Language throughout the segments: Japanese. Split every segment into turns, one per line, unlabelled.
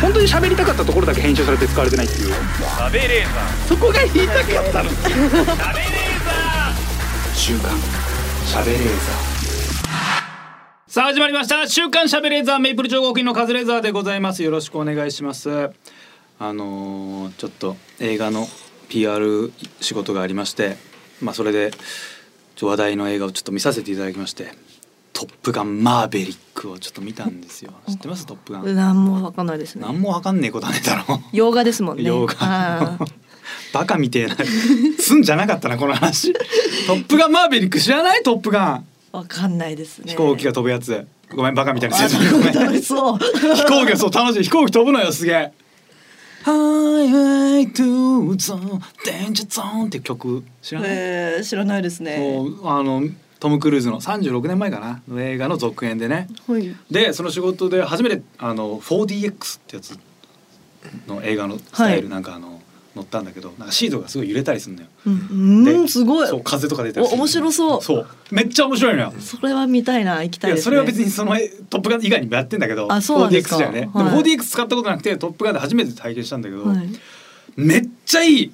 本当に喋りたかったところだけ編集されて使われてないっていう
食べレー
そこが言いたかったの
ザー食べレーザ
週刊喋れー
ーさあ始まりました週刊しゃべレーザーメイプル超合金のカズレーザーでございますよろしくお願いしますあのーちょっと映画の PR 仕事がありましてまあそれでちょ話題の映画をちょっと見させていただきましてトップガンマーベリックをちょっと見たんですよ知ってますトップガン
なんもわかんないですね
なんもわかんねえことはねえだろ
洋画ですもんね
洋
あ
画
ー
バカみてえなすんじゃなかったなこの話「トップガンマーヴェリック」知らないトップガン
わかんないですね
飛行機が飛ぶやつごめんバカみたいな
あ
説明ごめん
楽しそう
飛行機がそう楽しい飛行機飛ぶのよすげえ「Highway to the Danger Zone」って曲知らない、
えー、知らないです
も
ね
うあのトム・クルーズの36年前かなの映画の続編でね
はい
でその仕事で初めてあの 4DX ってやつの映画のスタイルなんかあの、乗ったんだけどなんかシートがすごい揺れたりするのよ
うん、
で
うん、すごい
そう風とか出たりする
お面白そう
そうめっちゃ面白いのよ
それは見たいな行き
い
たい
や
です
そ
ね
れは別にそのえトップガン以外にもやってんだけど
あそうなんですか
4DX じゃね、でも
はい
4DX 使ったことなくてトップガンで初めて体験したんだけど、
はい、
めっちゃいい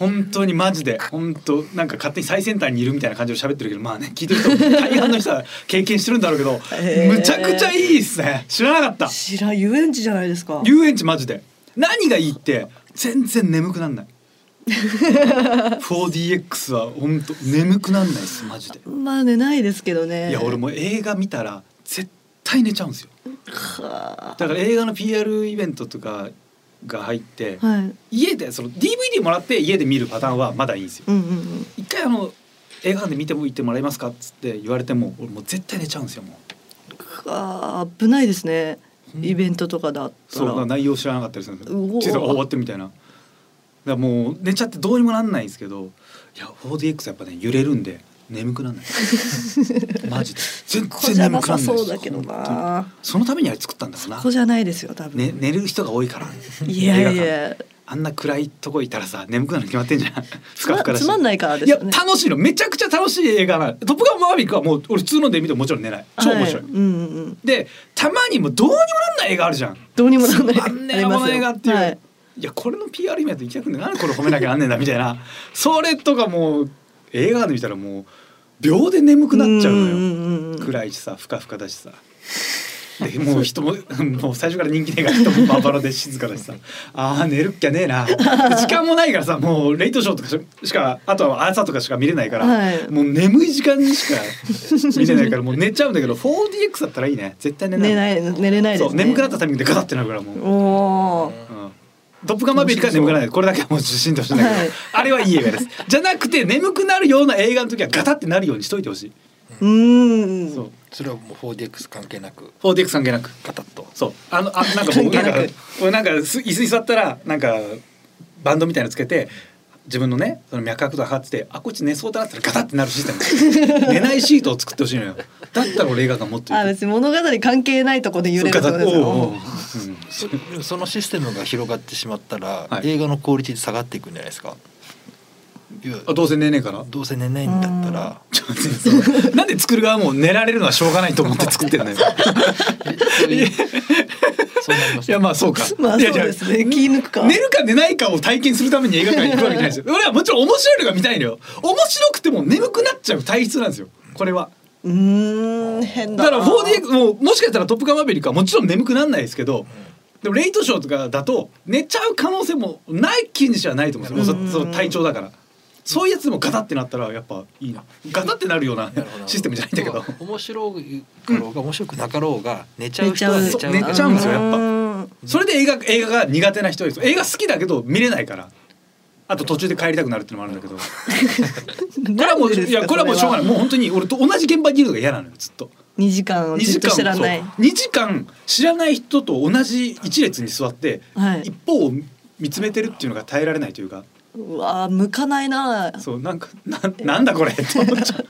本当にマジで本当なんか勝手に最先端にいるみたいな感じで喋ってるけどまあね聞いてる人大半の人は経験してるんだろうけど、
へー
むちゃくちゃいいっすね知らなかった
知ら遊園地じゃないですか
遊園地マジで何がいいって全然眠くなん ない 4DX は本当眠くなんないですマジで
まあねないですけどね
いや俺もう映画見たら絶対寝ちゃうんですよ
は
だから映画の PR イベントとかが入って、
あはい
家でその DVD もらって家で見るパターンはまだいいんですよ
うんうんうん
一回あの映画館で見てもいてもらえますかっつって言われても俺もう絶対寝ちゃうんですよもう
か危ないですねイベントとかだった
そうだから
ら
内容知らなかったりするんです
う
よ
お
ちょっと終わってるみたいなだからもう寝ちゃってどうにもなんないんですけどいや 4DX やっぱね揺れるんで眠くなん ないマジで全
ここじゃ
然眠
な
くな
さ
んないです
そうだけど
本
な
当にそのためにあれ作ったんだろうな
ここじゃないですよ多分、
ね、寝る人が多いから
いやい
映画館
や
あんな暗いとこいたらさ眠くなるに決まってんじゃんふ
つ
か
ま
ふかだし
つまんないからで
い
す
や
よね
楽しいのめちゃくちゃ楽しい映画なのトップガンマーヴェリック」はもう俺普通ので見てももちろん寝ない超面白い、
はい、うんうんうん
でたまにもうどうにもなんない映画あるじゃん
どうにもならない
あんねえなこの映画っていう、
はい
い、やこれの PR イベント行きたくねなんでこれ褒めなきゃなんねえんだみたいなそれとかもう映画館で見たらもう秒で眠くなっちゃうのよ
んんうんうん
暗いしさふかふかだしさでもう人ももう最初から人気ねえから人もまばらで静かだし さあー寝るっきゃねえなで時間もないからさもうレイトショーとかししかあとは朝とかしか見れないから、
はい
もう眠い時間にしか見れないからもう寝ちゃうんだけど 4DX だったらいいね絶対寝ない
寝ない寝れないです、ね、
そう眠くなったタイミングでガタってなるからもう、うん、
おお
ドップガンマーベリックは眠くならないこれだけはもう受信としてんだけど、
はい
あれはいい映画 ですじゃなくて眠くなるような映画の時はガタってなるようにしといてほしい、
うーん
そう
それはもう 4DX 関係なく
4DX 関係なく
ガタッと
そうあのあなんかもうな
関係
ん
なく
か俺なんかす椅子に座ったらなんかバンドみたいなのつけて自分のねその脈拍とか測っててあこっち寝そうだなってガタってなるシステ ム寝ないシートを作ってほしいのよだったら俺映画館持って
あ別に物語関係ないとこで揺れるってことですよ
そそのシステムが広がってしまったら、
はい
映画のクオリティで下がっていくんじゃないですかいや
あどうせ寝ねえから
どうせ寝ないんだったら
ちょっと待ってその なんで作る側も寝られるのはしょうがないと思って作ってんのよ
えそういうそうなりま
い
す
やまあそうか
まあ
い
そ
や
う
じゃあ
ですね気抜くか
寝るか寝ないかを体験するために映画館に行くわけじゃない ですよ俺はもちろん面白いのが見たいのよ面白くても眠くなっちゃう体質なんですよこれは
うーん変
だ
だ
か
な
ら 4DX もうもしかしたら「トップガンマーヴェリック」はもちろん眠くならないですけど、でもレイトショーとかだと寝ちゃう可能性もない気にしはないと思うんですよ、
うん
そその体調だからそういうやつでもガタってなったらやっぱいいなガタってなるような
なるほ ど
システムじゃないんだけど
要は面白いかろうが面白くなかろうが寝ちゃう人は
寝
寝
ち
ち
ゃ
ゃ
う
う
寝ちゃうんですよやっぱ
うーん
それで映画映画が苦手な人です映画好きだけど見れないからあと途中で帰りたくなるっていうのもあるんだ けどこれはもう
なんでです
い
か
やこれはもうしょうがないもう本当に俺と同じ現場にいるのが嫌なのよずっと
二時間
2時
じっと
間
知らない
そう二時間知らない人と同じ一列に座って、
はい
一方を見つめてるっていうのが耐えられないというか
うわー向かないな
そうなんかななんだこ れって思っちゃう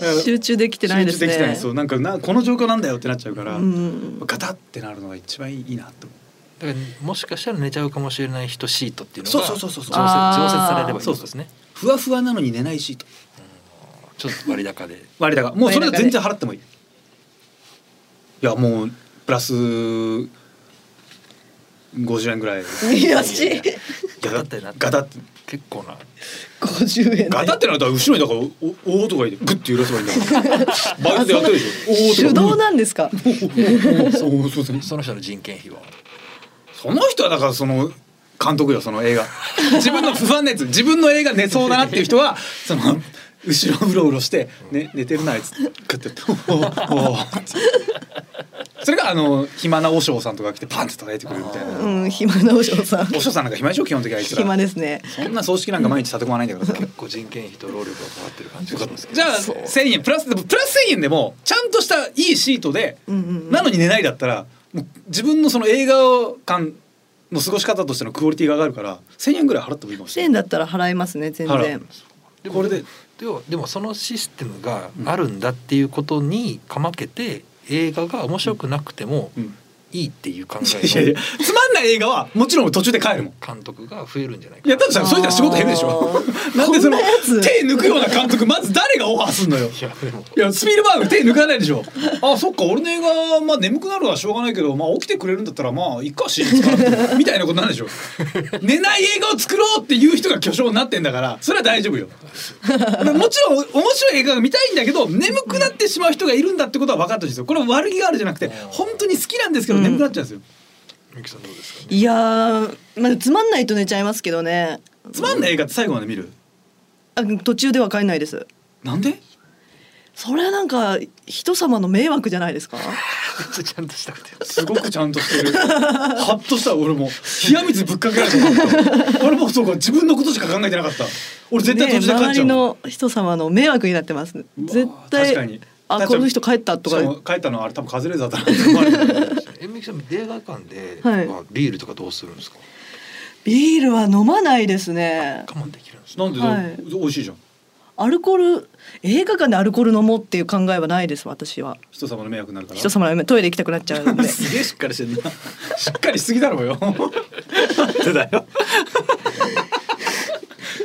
だから
集中できてないです
集
ね
中きてないそうなんかなこの状況なんだよってなっちゃうから、
うん
ガタってなるのが一番いいなと思う
だからもしかしたら寝ちゃうかもしれない人シートっていうのが
そうそ
常
う
設
そうそう
常設されればいい
そう
で
そう
すね
ふわふわなのに寝ないシート
ちょっと割高で
割高もうそれは全然払ってもいいいやもうプラス50円ぐらい
悔しい。
ガ
ガタってなった
ガタって
結構な
五十円。
ガタってなったら後ろにだからおおおとか言ってグッて揺らせばいいん だからバイクでやってるでしょおおとか
手動なんですか。
そうそうそう
その人の人件費は
その人はだからその監督よその映画自分の不安なやつ自分の映画寝そうだなっていう人はその後ろうろうろして、ね、寝てるなあいつグッてやっておーおーそれがあの暇な和尚さんとか来てパンって叩いてくれるみたいな
うん、暇なお嬢さん。
和尚さんなんか暇でしょ基本的にあいつら
暇ですね。
そんな葬式なんか毎日立て込まないんだからさ
結構人件費と労力が変わってる感じがしますけど
じゃあ
そう
1,000円プラスでもプラス1,000円でもちゃんとしたいいシートで、
うんうんうん
なのに寝ないだったらもう自分のその映画館の過ごし方としてのクオリティが上がるから1,000円ぐらい払ってもいいかもし
千
れ
円
ない。
だったら払いますね。全
払
然
う。でこれで
でもでもそのシステムがあるんだっていうことにかまけて映画が面白くなくても
うん
いいっていう考
いやい
え
やつまんない映画はもちろん途中で帰るもん。
の監督が増えるんじゃないか
いやだとしたらそういったら仕事減るでしょ。 なんでその
こんなやつ
手抜くような監督まず誰がオファーすんのよ。
いやでも
いやスピルバーグ手抜かないでしょあそっか俺の映画まあ眠くなるのはしょうがないけどまあ起きてくれるんだったらまあいっかしみたいなことなんでしょ寝ない映画を作ろうっていう人が巨匠になってんだからそれは大丈夫よもちろん面白い映画が見たいんだけど眠くなってしまう人がいるんだってことは分かったんですよこれは悪気があるじゃなくて本当に好きなんですけど眠くなっちゃうんですよ、
ゆきさんどうですかね
いやー、まあ、つまんないと寝ちゃいますけどね。
つまんない映画って最後まで見る
あ、途中では帰んないです。
なんで
それはなんか、人様の迷惑じゃないですか。
ちゃんとしたことやって
すごくちゃんとしてる。ハッとした俺も冷や水ぶっかけられたと思った。俺もそうか自分のことしか考えてなかった。俺絶対途中で帰っ
ね周
ちゃ
り
うもん。
の人様の迷惑になってます。絶
確かに
対。あ、この人帰ったと
しも
か。
帰ったのはあれ多分カズレーザーだなって思われてる。
えみゆきさん映画館で
はい
はビールとかどうするんですか
ビールは飲まないですね。
我慢できるんですね
なんで、
はい
美味しいじゃん。
アルコール、映画館でアルコール飲もうっていう考えはないです。私は。
人様の迷惑になるから。
人様のトイレ行きたくなっちゃうん で
すげえしっかりしてるな。しっかりしすぎだ ろうよ。なんでだよ。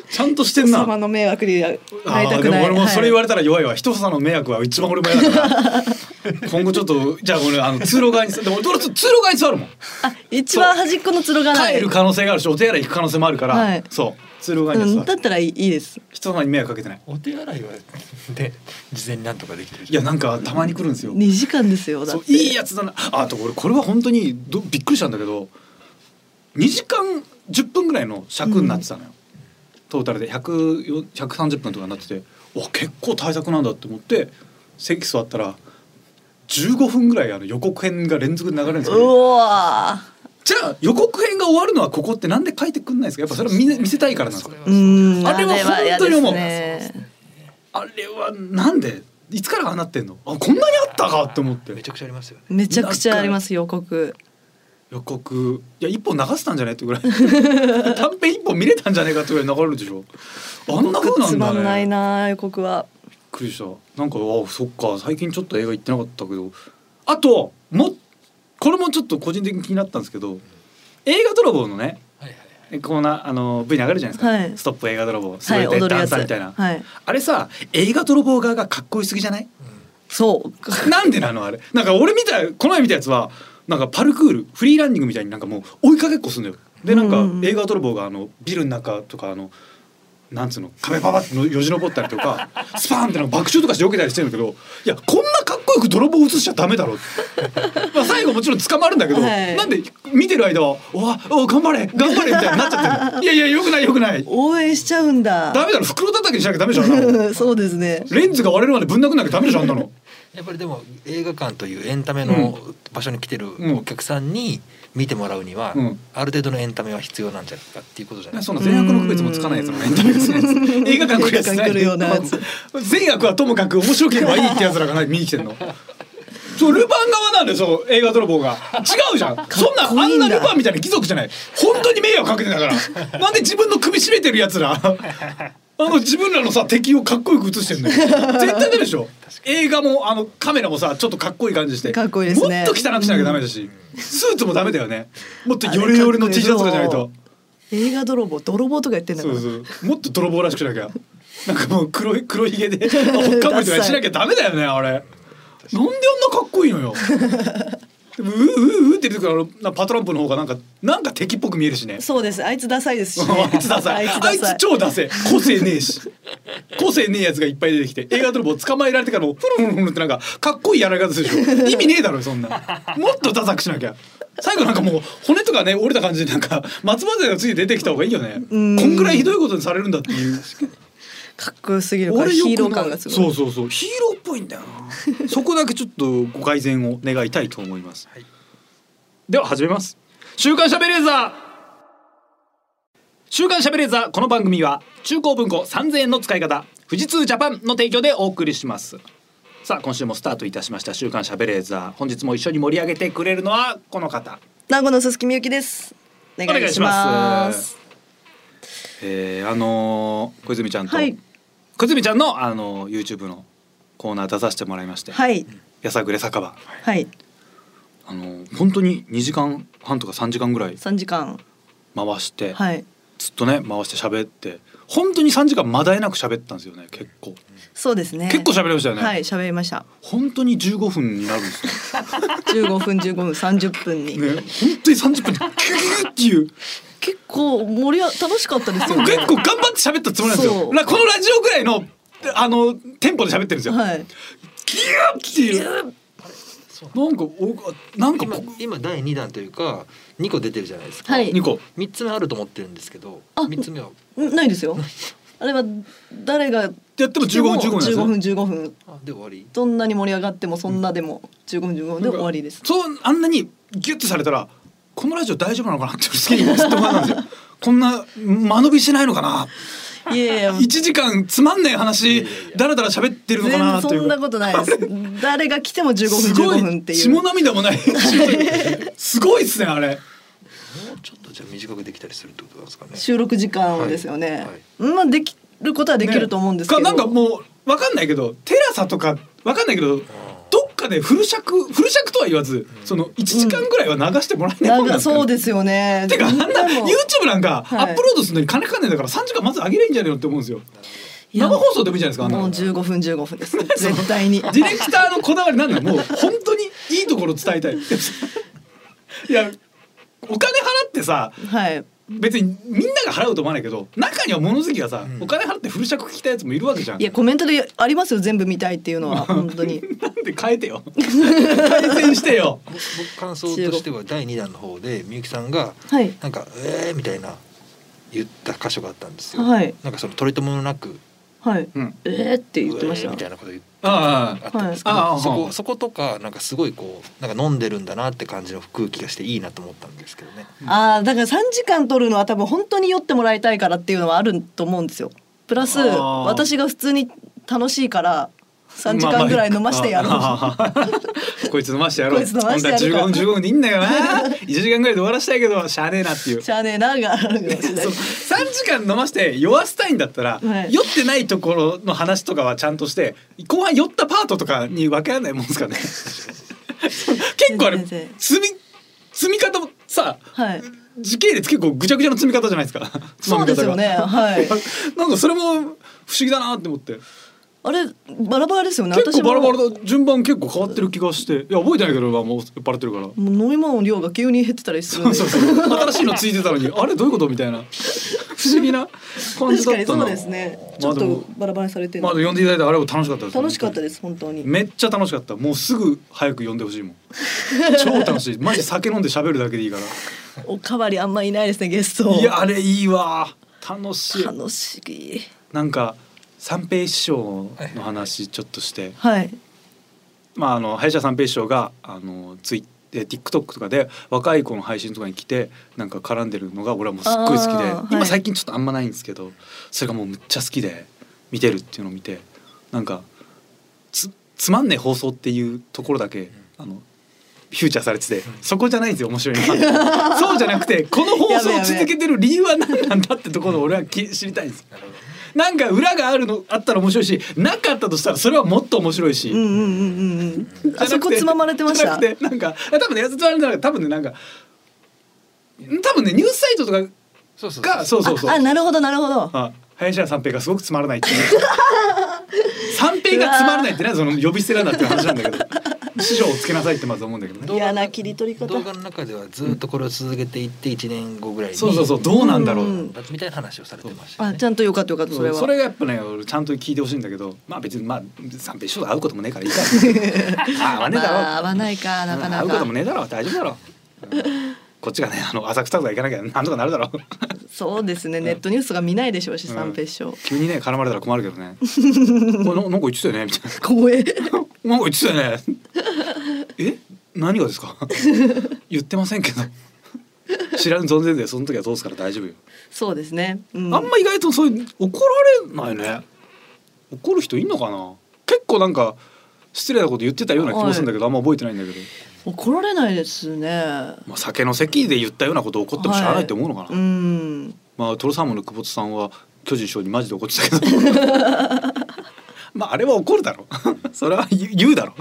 ちゃんとしてん
人
な。
様の迷惑になり
あ
た
あ
く
で
ない
も俺もそれ言わ
はい
れたら弱いわ、人様の迷惑は一番俺も嫌だから 今後ちょっとじゃあ俺あの通路側に座でも俺通路側に座るもん
あ一番端っこのつろがない
帰る可能性があるしお手洗い行く可能性もあるから、
はい
そう通路側
う
に
ん、
座
だ
る、
ったらいいいいです
人様に迷惑かけてない
お手洗いはね事前になんとかできてる
いやなんかたまに来るんですよ
2時間ですよだ
そう
って
いいやつだなああと俺これは本当にどびっくりしたんだけど2時間10分ぐらいの尺になってたのよ、トータルで100よ130分とかになっててわ結構対策なんだって思って席座ったら15分ぐらいあの予告編が連続で流れるんです
う
よ、ね、
わ
じゃあ予告編が終わるのはここってなんで書いてくんないんですかやっぱそれはみんな見せたいからなんです
そ
か
れは
ーうん
あれは
嫌
本当に思う
ですね
あれはなんでいつからああなってんのあこんなにあったかって思って
めちゃくちゃありますよね
めちゃくちゃあります予告
予告いや一本流したんじゃないってぐらい 短編一本見れたんじゃないかってぐらい流れるでしょあんな風なんだね
つまんないな予告は
びっくりしたなんかあそっか最近ちょっと映画行ってなかったけどあともこれもちょっと個人的に気になったんですけど映画泥棒のね
はいはい
こーナーあの V 流れるじゃないですか、
はい
ストップ映画泥棒ス
はい
れ
踊
て
る
ダ
や
ン
つ
サーみたいな、
はい
あれさ映画泥棒側がかっこよすぎじゃない
そ う
なんでなのあれなんか俺見たこの前見たやつはなんかパルクールフリーランニングみたいになんかもう追いかけっこすんだよでなん
うんうんう
か
ん
映画泥棒があのビルの中とかあのなんつうの壁パパってのよじ登ったりとかスパーンってなんか爆笑とかして避けたりしてるんだけどいやこんなかっこよく泥棒映しちゃダメだろまあ最後もちろん捕まるんだけど、
はい
なんで見てる間は「おわお頑張れ頑張れ」みたいになっちゃってるいやいやよくないよくない
応援しちゃうんだ
ダメだろ袋叩きにしなきゃダメじゃんあんなの
そうですね
レンズが割れるまでぶん殴んなきゃダメじゃんあんなの。
やっぱりでも映画館というエンタメの場所に来てる
うん
お客さんに見てもらうには、
うん
ある程度のエンタメは必要なんじゃないかっていうことじゃ
ね
ないです
そ
か。
んな善悪の区別もつかないやつのエンタメですね。 映画館来るやつない
映画館来るようなやつ
善悪はともかく面白ければいいってやつらがない見に来てんの。 そうルパン側なんでそう映画泥棒が違うじゃんそんな
こ
あ
いい
ん
んだ
なルパンみたいな貴族じゃない本当に迷惑かけてんだからなんで自分の首絞めてるやつらあの自分らのさ敵をかっこよく映してるのよ絶対ダメでしょ映画もあのカメラもさちょっとかっこいい感じして
かっこいいですね
もっと汚くしなきゃダメだし、スーツもダメだよねもっとヨレヨレの T シャツとかじゃないと。
映画泥棒泥棒とか言ってんだ
そ
から
うそうもっと泥棒らしくしなきゃなんかもう黒い黒ひげで ほっかむりとかしなきゃダメだよねあれなんであんなかっこいいのよでもううううって出てくるあのなパトランプの方がなんかなんか敵っぽく見えるしね。
そうです。あいつダサいですし、ね。
あいつダサい。あいつ超ダセえ。個性ねえし。個性ねえやつがいっぱい出てきて、映画泥棒捕まえられてからも、ふるふるふるってなんか、かっこいいやられ方するでしょ。意味ねえだろ、そんな。もっとダサくしなきゃ。最後なんかもう骨とかね折れた感じでなんか松葉勢がついて出てきた方がいいよねこ
うん
んぐらいひどいことにされるんだっていう
かっこよすぎるから
俺よく
ヒーロー感がすごい。
そうそうそうヒーローっぽいんだよ なそこだけちょっとご改善を願いたいと思います、
はい
では始めます週刊しゃべレーザー週刊しゃべレーザーこの番組は中高文庫3000円の使い方富士通ジャパンの提供でお送りしますさあ今週もスタートいたしました週刊しゃべレーザー本日も一緒に盛り上げてくれるのはこの方
名護の鈴木みゆきです。お願いし
お願
ま。
いしますえー、あのー小泉ちゃんと、
はい
小泉ちゃんのあのー YouTube のコーナー出させてもらいまして、
はい
やさぐれ酒場
はい
あの本当に2時間半とか3時間ぐらい
三時間
回して、
はい
ずっとね回して喋って本当に3時間まだえなく喋ったんですよね結構
そうですね。
結構喋りましたよね
はい喋りました。
本当に15分になるん ですね
十五分十五分三十分に、
ね本当に30分でキューっていう
結構盛りあ楽しかったですよね。
結構頑張って喋ったつもりなんです
そ
よ
う
なこのラジオぐらいのあのテンポで喋ってるんですよ、
はい
キューっていうなんかおなんか
今今第二弾というか二個出てるじゃないですか。
はい
2個
三つ目あると思ってるんですけど
あ、
三つ目は
んないですよ。あれは誰が
やっても15分15分なんです
十
よ
五分十五分
あで終わり。
どんなに盛り上がってもそんなでも15分15分で終わりです。
そうあんなにギュッとされたらこのラジオ大丈夫なのかなって好きにずっと思うんですよこんな間延びしてないのかない
やいや
1時間つまんない話だらだら喋ってるのかな
全
とい
そ
うん
なことないです。誰が来ても15
すご
分
い
15分っていう。
血も涙もないすごいっすねあれ
もうちょっとじゃあ短くできたりするってことなんですかね。
収録時間ですよね。
は
まあできることはできると思うんですけど。
ねかなんかもうわかんないけどテラサとかわかんないけどどっかでフル尺フル尺とは言わずその1時間ぐらいは流してもらえない
な
も
ん
んなん
か
ですかね
そうですよね。
てかあんな
みんなも
YouTube なんか
はい
アップロードするのに金かかんないんだから3時間まず上げればいいんじゃねえのって思うんですよ
いや
生放送でもいいじゃないですかあんな
もう
の
15分15 分です。絶対に。
ディレクターのこだわりなんだもう本当にいいところ伝えたいいやお金払ってさ
はい。
別にみんなが払うと思わないけど中には物好きがさ、
うん
お金払ってフル尺聞きたいやつもいるわけじゃん
いやコメントでありますよ全部見たいっていうのは本当に。
なんで変えてよ改善してよ
僕僕感想としては第二弾の方でみゆきさんが
はい
なんかえーみたいな言った箇所があったんですよ。
はい
なんかその取り留めもなく
はい。
うん
えーって言ってまし
うえーみ
た
た。いなこと言って
あ
あったんですけど、
はいああ
そ
は
こ
い
そことかなんかすごいこうなんか飲んでるんだなって感じの空気がしていいなと思ったんですけどね。
ああだから3時間取るのは多分本当に酔ってもらいたいからっていうのはあると思うんですよ。プラス
あー
私が普通に楽しいから
あ
3時間ぐらい飲ましてやろう。
あまああこいつ飲ましてやろう
こいつ飲ましてやるか
本当は15分15分でいいんだよな1時間ぐらいで終わらしたいけどしゃあねえなっていう
しゃあねえながあるかもしれない
その3時間飲まして酔わせたいんだったら、
はい
酔ってないところの話とかはちゃんとして後半酔ったパートとかに分けられないもんですか ね結構あれ
全然
積み積み方もさ、
はい
時系列結構ぐちゃぐちゃの積み方じゃないですか
そうですよね。
つまみ方が
はい。
なんかそれも不思議だなって思って
あれバラバラですよね。
結構バラバ
私も
ラだ順番結構変わってる気がしていや覚えてないけどまあもう酔っ払ってるから。
もう飲み物の量が急に減ってたりするん で。
そうそう新しいのついてたのにあれどういうことみたいな不思議な感じ
確
だ
か
っ
に
た
そ
な
うですね。ち
ま
ょ
あ
っ
でも
とバラバラにされてる
まあ、。呼んでいただいてあれも楽しかったです
楽しかったですす本当に。
めっちゃ楽しかったもうすぐ早く呼んでほしい もん超楽しいマジ酒飲んで喋るだけでいいか
おかわりあんまいないですねゲスト。
らいやあれいいわ楽しい
楽しい。
なんか三平師匠の話ちょっとして、
はい
まああの林家三平師匠があのツイえー TikTok とかで若い子の配信とかに来てなんか絡んでるのが俺はもうすっごい好きで、
あーは
今
い
最近ちょっとあんまないんですけどそれがもうむっちゃ好きで見てるっていうのを見てなんかつつまんねえ放送っていうところだけあのフューチャーされててそこじゃないんですよ面白いのは そうじゃなくてこの放送を続けてる理由は何なんだってところを俺はき知りたいんです
なるほど。
なんか裏があるのあったら面白いしなかったとしたらそれはもっと面白いし、
うんうんうんうんうん。あそこつままれてまし
じゃな
た
く。てなんか多分ねやつつままれてない多分ねなんか多分ねニュースサイトとか
そうそう
がそうそうそう
あなるほどなるほど。
あ林家三平がすごくつま らないっていう三平がつまらないってねその呼び捨てなんだっていう話なんだけど師匠をつけなさいってまず思うんだけどね
どう
嫌な切り取り方
動画の中ではずっとこれを続けていって1年後ぐらいに
そうそうそうどうなんだろう、
うん
みたいな話をされてましたよ
あ
ね
ちゃんとよかったよかった
そ
それ
れ
は
それがやっぱね俺ちゃんと聞いてほしいんだけどまあ別にまあ三平師匠と会うこともねえ からいいからあ合わねえだろ、
まあ合わないかなかな
うん会う
か
こともねえだろ大丈夫だろ、うんこっちがねあの浅草とか行かなきゃなんとかなるだろ
そうですねネットニュースが見ないでしょうし三平師匠
急にね絡まれたら困るけど ねこれななんか言ってたよねみたいな
光栄
なん か言ってたよね。え、何がです か。言ってませんけど。知らん存ぜでその時は通すから大丈夫よ。
そうですねうん
あんま意外とそういう怒られないね。怒る人いんのかな。結構なんか失礼なこと言ってたような気もするんだけど、あんま覚えてないんだけど。
怒られないですね
まあ酒の席で言ったようなことを怒っても知らないって思うのかな。
うん
まあトロサーモンの久保田さんは巨人師匠にマジで怒ってたけど。 まああれは怒るだろ それは言う言うだろ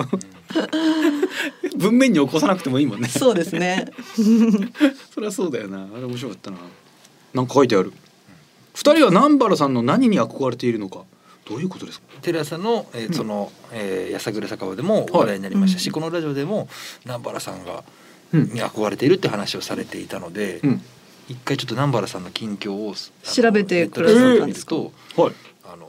文面に起こさなくてもいいもんね
そうです ね
そりゃそうだよなあれ面白かったななんか書いてある二人は南原さんの何に憧れているのかどういうことですか
テレ朝の、えー
うん
その、えー、やさぐれ酒場でもお話題になりましたし、このラジオでも南原さんが
うん
に憧れているって話をされていたので、
うん
一回ちょっと南原さんの近況をあの
調べてくださったん
ネットで
ですか
見ると
はい
あの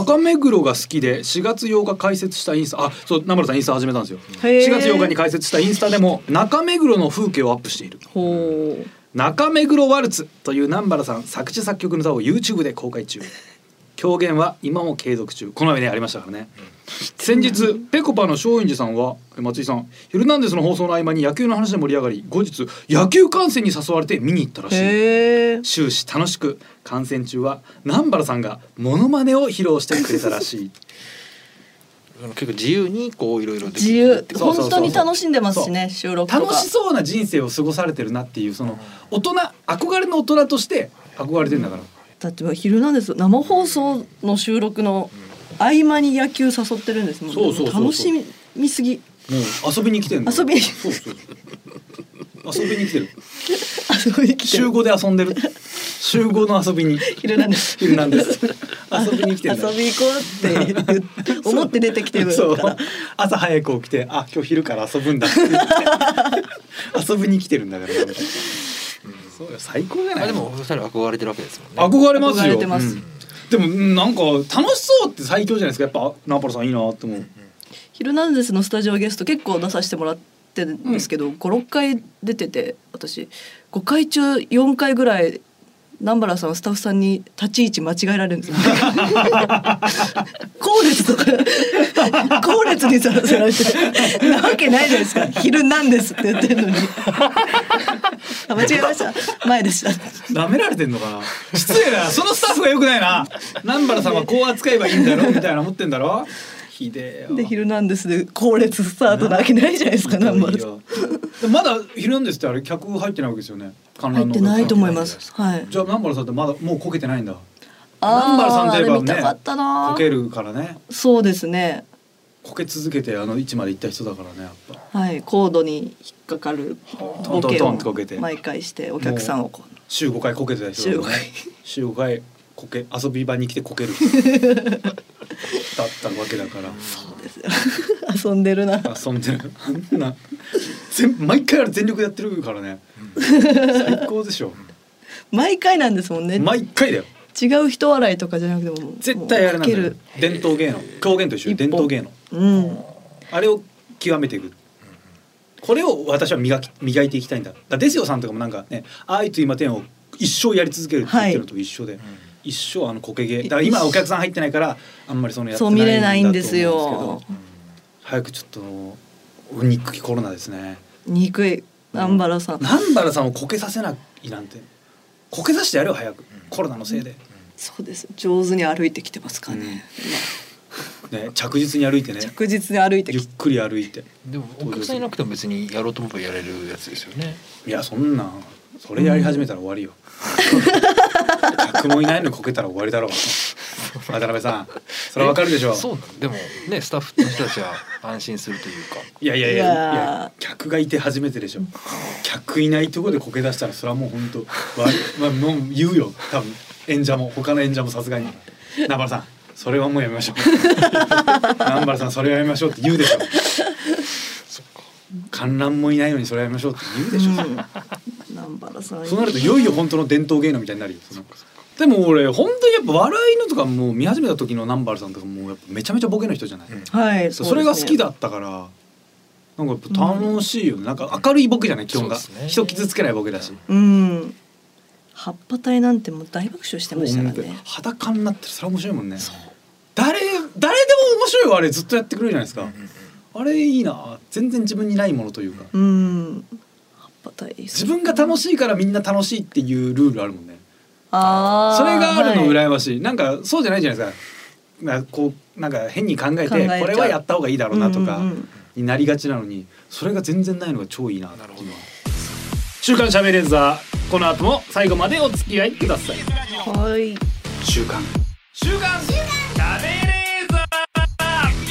中目黒が好きで4月8日開設したインスタあそう南原さんインスタ始めたんですよ
へー
4月8日に開設したインスタでも中目黒の風景をアップしている
ほう
中目黒ワルツという南原さん作詞作曲の歌を YouTube で公開中狂言は今も継続中この前ねありましたからね、先日ぺこぱの松陰寺さんはえ松井さん「ヒルナンデス」の放送の合間に野球の話で盛り上がり後日野球観戦に誘われて見に行ったらしい
へえ
終始楽しく観戦中は南原さんがモノマネを披露してくれたらしい
結構自由にこういろいろで
自
きるっ
由
てこと
そうそうそう
本当に楽しんでますしね収録とか
楽しそうな人生を過ごされてるなっていうその大人憧れの大人として憧れてるんだから。
だって「ヒルナンデス」生放送の収録の合間に野球誘ってるんですもんね
そうそうそうそう
楽しみすぎ
もう遊びに来てんの
遊びに
そうそう遊びに来てる
遊びに来て
週
る
5で遊んでる週5の遊びに
「ヒルナンデス」
ヒルナンデス遊びに来てんだ
遊び行こうって言 って思って出てきてる
そう
から
朝早く起きてあ今日昼から遊ぶんだって言って 遊びに来てるんだからなんかそうよ最高じゃ
ま
な
あ
い
でもお二人は憧れてるわけですもんね。
憧れますよ
憧れてます
うんでもうんなんか楽しそうって最強じゃないですかやっぱナパラさんいいなって思う
「ヒルナンデス」のスタジオゲスト結構出させてもらってるんですけど、56回出てて私5回中4回ぐらい南原さんはスタッフさんに立ち位置間違えられるん ですよ。後列とか後列にさらされてなわけないじゃないですか「昼なんです」って言ってるのにあ間違えました前でした
舐められてんのかな失礼だなそのスタッフが良くないな南原さんはこう扱えばいいんだろうみたいな思ってんだろひでえよ
で「昼なんです」で後列スタートなわけないじゃないですか南原さん
でまだ「ヒルナンデス」ってあれ客入ってないわけですよね観覧
入
の
ってないと思いますはい
じゃあ南原さんってまだもうこけてないんだ
あー
南原さんといえばね
あれ見たかったな
こけるからね
そうですね
こけ続けてあの位置まで行った人だからねやっぱ
はい、コードに引っかかる
トン
ボ
トン
ケ
トン
を
ってこけて
毎回してお客さんをこう
週5回こけてた人だからね週5回こけ遊び場に来てこける だったわけだから
遊んでるな
遊んでるあんな全毎回あれ全力でやってるからね最高でしょ
毎回なんですもんね、
毎回だよ
違う人笑いとかじゃなくてももう
絶対あれなんだ
も
よ
うか
伝統芸能狂言と一緒
一本
に伝統芸能
けるうん
あれを極めていくこれを私は磨き磨いていきたいんだだからデスヨさんとかもなんかね「愛と今天」を一生やり続けるって言ってるのと一緒で、一生あの苔芸だから今お客さん入ってないからあんまりそのやってな
そう
いんだと思
見れない
うんんで
ですす
けど
よ
早くちょっとお憎きコロナですね
憎い南原さん、
南原さんをこけさせないなんてこけさせてやるよ早くコロナのせいで、
そうです上手に歩いてきてますからね、
うん
今
ね、着実に歩いてね
着実に歩いて
ゆっ
きて
くり歩いて
でもお客さんいなくても別にやろうと思えばやれるやつですよね。
いやそんなんそれやり始めたら終わりよ客もいないのにこけたら終わりだろう 渡辺さんそれわかるでしょ
そうなんでもねスタッフの人たちは安心するというか。
いやいやいやい
いやー
や客がいて初めてでしょ客いないところでこけ出したらそれはもう本当悪い、まあ、もう言うよ多分演者も他の演者もさすがに南原さ んそれはもうやめましょう南原さんそれはやめましょうって言うでしょ観覧もいないのにそれやりましょうって言うでしょ、
うん、南原さん
そうなるといよいよ本当の伝統芸能みたいになるよそのでも俺本当にやっぱ笑いのとかもう見始めた時の南原さんとかもうやっぱめちゃめちゃボケの人じゃない、
うん
はい
そうそれが好き
だ
だったからなんかやっぱ楽しいよね、なんか明るいボケじゃない基本が、
そうですね
人傷つけないボケだし、
うん葉っぱ隊なんてもう大爆笑してましたからね
裸になってるそれ面白いもんね誰誰でも面白いわあれずっとやってくれるじゃないですか、あれいいな全然自分にないものというか、
うん葉っぱ隊
自分が楽しいからみんな楽しいっていうルールあるもんね
あー
それがあるの
はい
羨ましい、なんかそうじゃないじゃないですかなこうなんか変に考えて
考えちゃう
これはやった方がいいだろうなとか
うんうんうん
になりがちなのにそれが全然ないのが超いいなっていう
なるほど
週刊しゃべれーザーこの後も最後までお付き合いください
はい
週刊
週刊しゃべれーザ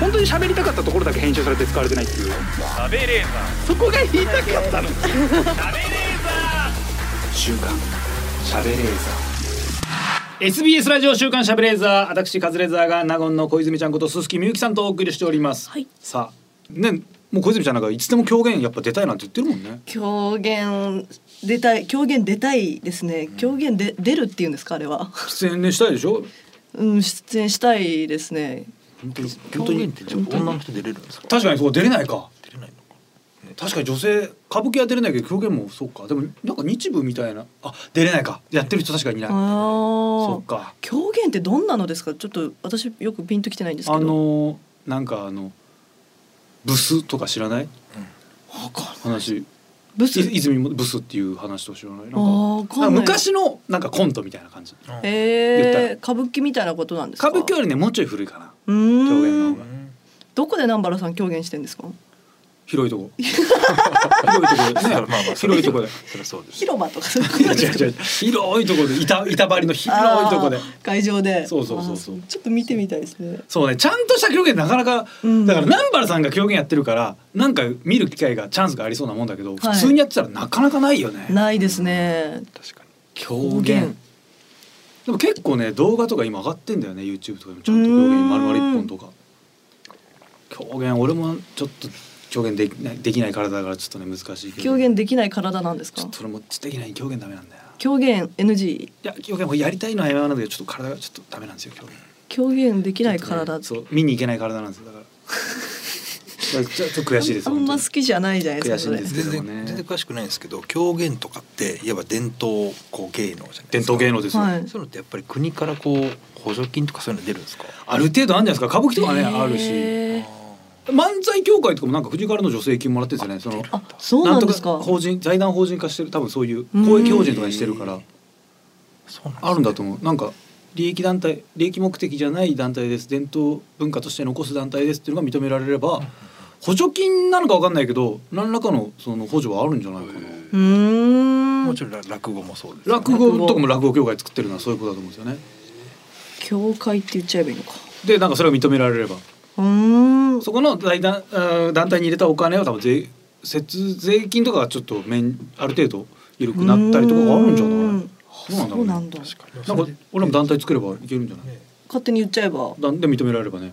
本当に喋りたかったところだけ編集されて使われてないっていう喋れーザーそこが言いたかったの喋れーザー週刊喋れーザー
SBS ラジオ週刊しゃべれーザー私カズレーザーが納言の小泉ちゃんこと鈴木みゆきさんとお送りしております、
はい
さあねもう小泉ちゃんなんかいつでも狂言やっぱ出たいなんて言ってるもんね
狂言出たい狂言出たいですね狂言で出るっていうんですかあれは
出演ねしたいでしょ
うん出演したいですね
本当に本当
狂言
に
ってちょっと女の人出れるんですか
確かにそう出れないか
出れないのか
確かに女性歌舞伎は出れないけど狂言もそうかでもなんか日舞みたいなあ出れないかやってる人確かにいないそ
あ
っ
あ
か
狂言ってどんなのですかちょっと私よくピンときてないんですけど
あのーなんかあのブスとか知らない
わかんない
話
ブ
い
ス
泉もブスっていう話と知らないなんか
あーわかんな
な
い
んか昔のなんかコントみたいな感じ
うん
言ったら
えー、歌舞伎みたいなことなんですか
歌舞伎よりねもうちょい古いかな
うーん
狂言の方
う
が
ん
どこで南原さん狂言してんですか
広い とこ広いとこでね
まあまあ
広いとこで
そりゃそうです
広 場とかそういうこ
違う
とですか
違う違う 広いとこで板板張りの広いとこで
あー会場で
そうそうそうそう
あーちょっと見てみたいですね
そうねちゃんとした狂言なかなか、
うん
だから南原さんが狂言やってるからなんか見る機会がチャンスがありそうなもんだけど、
はい
普通にやってたらなかなかないよね
ないですね
確かに
狂言でも結構ね動画とか今上がってんだよね YouTube とかでもちゃんと狂言丸々一本とか狂言俺もちょっと狂言できないできない体だからちょっとね難しいけど
狂言できない体なんです
ちょ
か
っと俺もちょっとできない狂言ダメなんだよ
狂言 NG
いや狂言もやりたいのはやめなんだけどちょっと体がちょっとダメなんですよ狂言
狂言できない
ちょっ
体
とねそう見に行けない体なんですよだか らちょっと悔しいです
あんま
本
好きじゃないじゃないですか
悔しいです
それ
全
けど
然
ね
全然詳しくないんですけど狂言とかっていわば伝統こう芸能じゃない
当に伝統芸能ですよ、
はい
そういうのってやっぱり国からこう補助金とかそういうの出るんですか
ある程度あるんじゃないですか歌舞伎とかね
へー
あるし漫才協会とかもなんか国からの助成金もらってるんですよねその
あそうなんですか
とか法人財団法人化してる多分そういう公益法人とかにしてるから
そうなんですね
あるんだと思うなんか利益団体利益目的じゃない団体です伝統文化として残す団体ですっていうのが認められれば補助金なのかわかんないけど何らかのその補助はあるんじゃないかな
うー
も
ん
ちろんら落語もそうです、
落語とかも落語協会作ってるのはそういうことだと思うんですよね
教会って言っちゃえばいいのか
でなんかそれを認められれば
うーん
そこの財団あー団体に入れたお金を多分税節税金とかがちょっと面ある程度緩くなったりとかがあるんじゃな
う
い
ーん
そうなんだろ
そうう
ね
なんだ
確かに
なんか俺らも団体作ればいけるんじゃない、
ね
勝手に言っちゃえば
だんで認められればね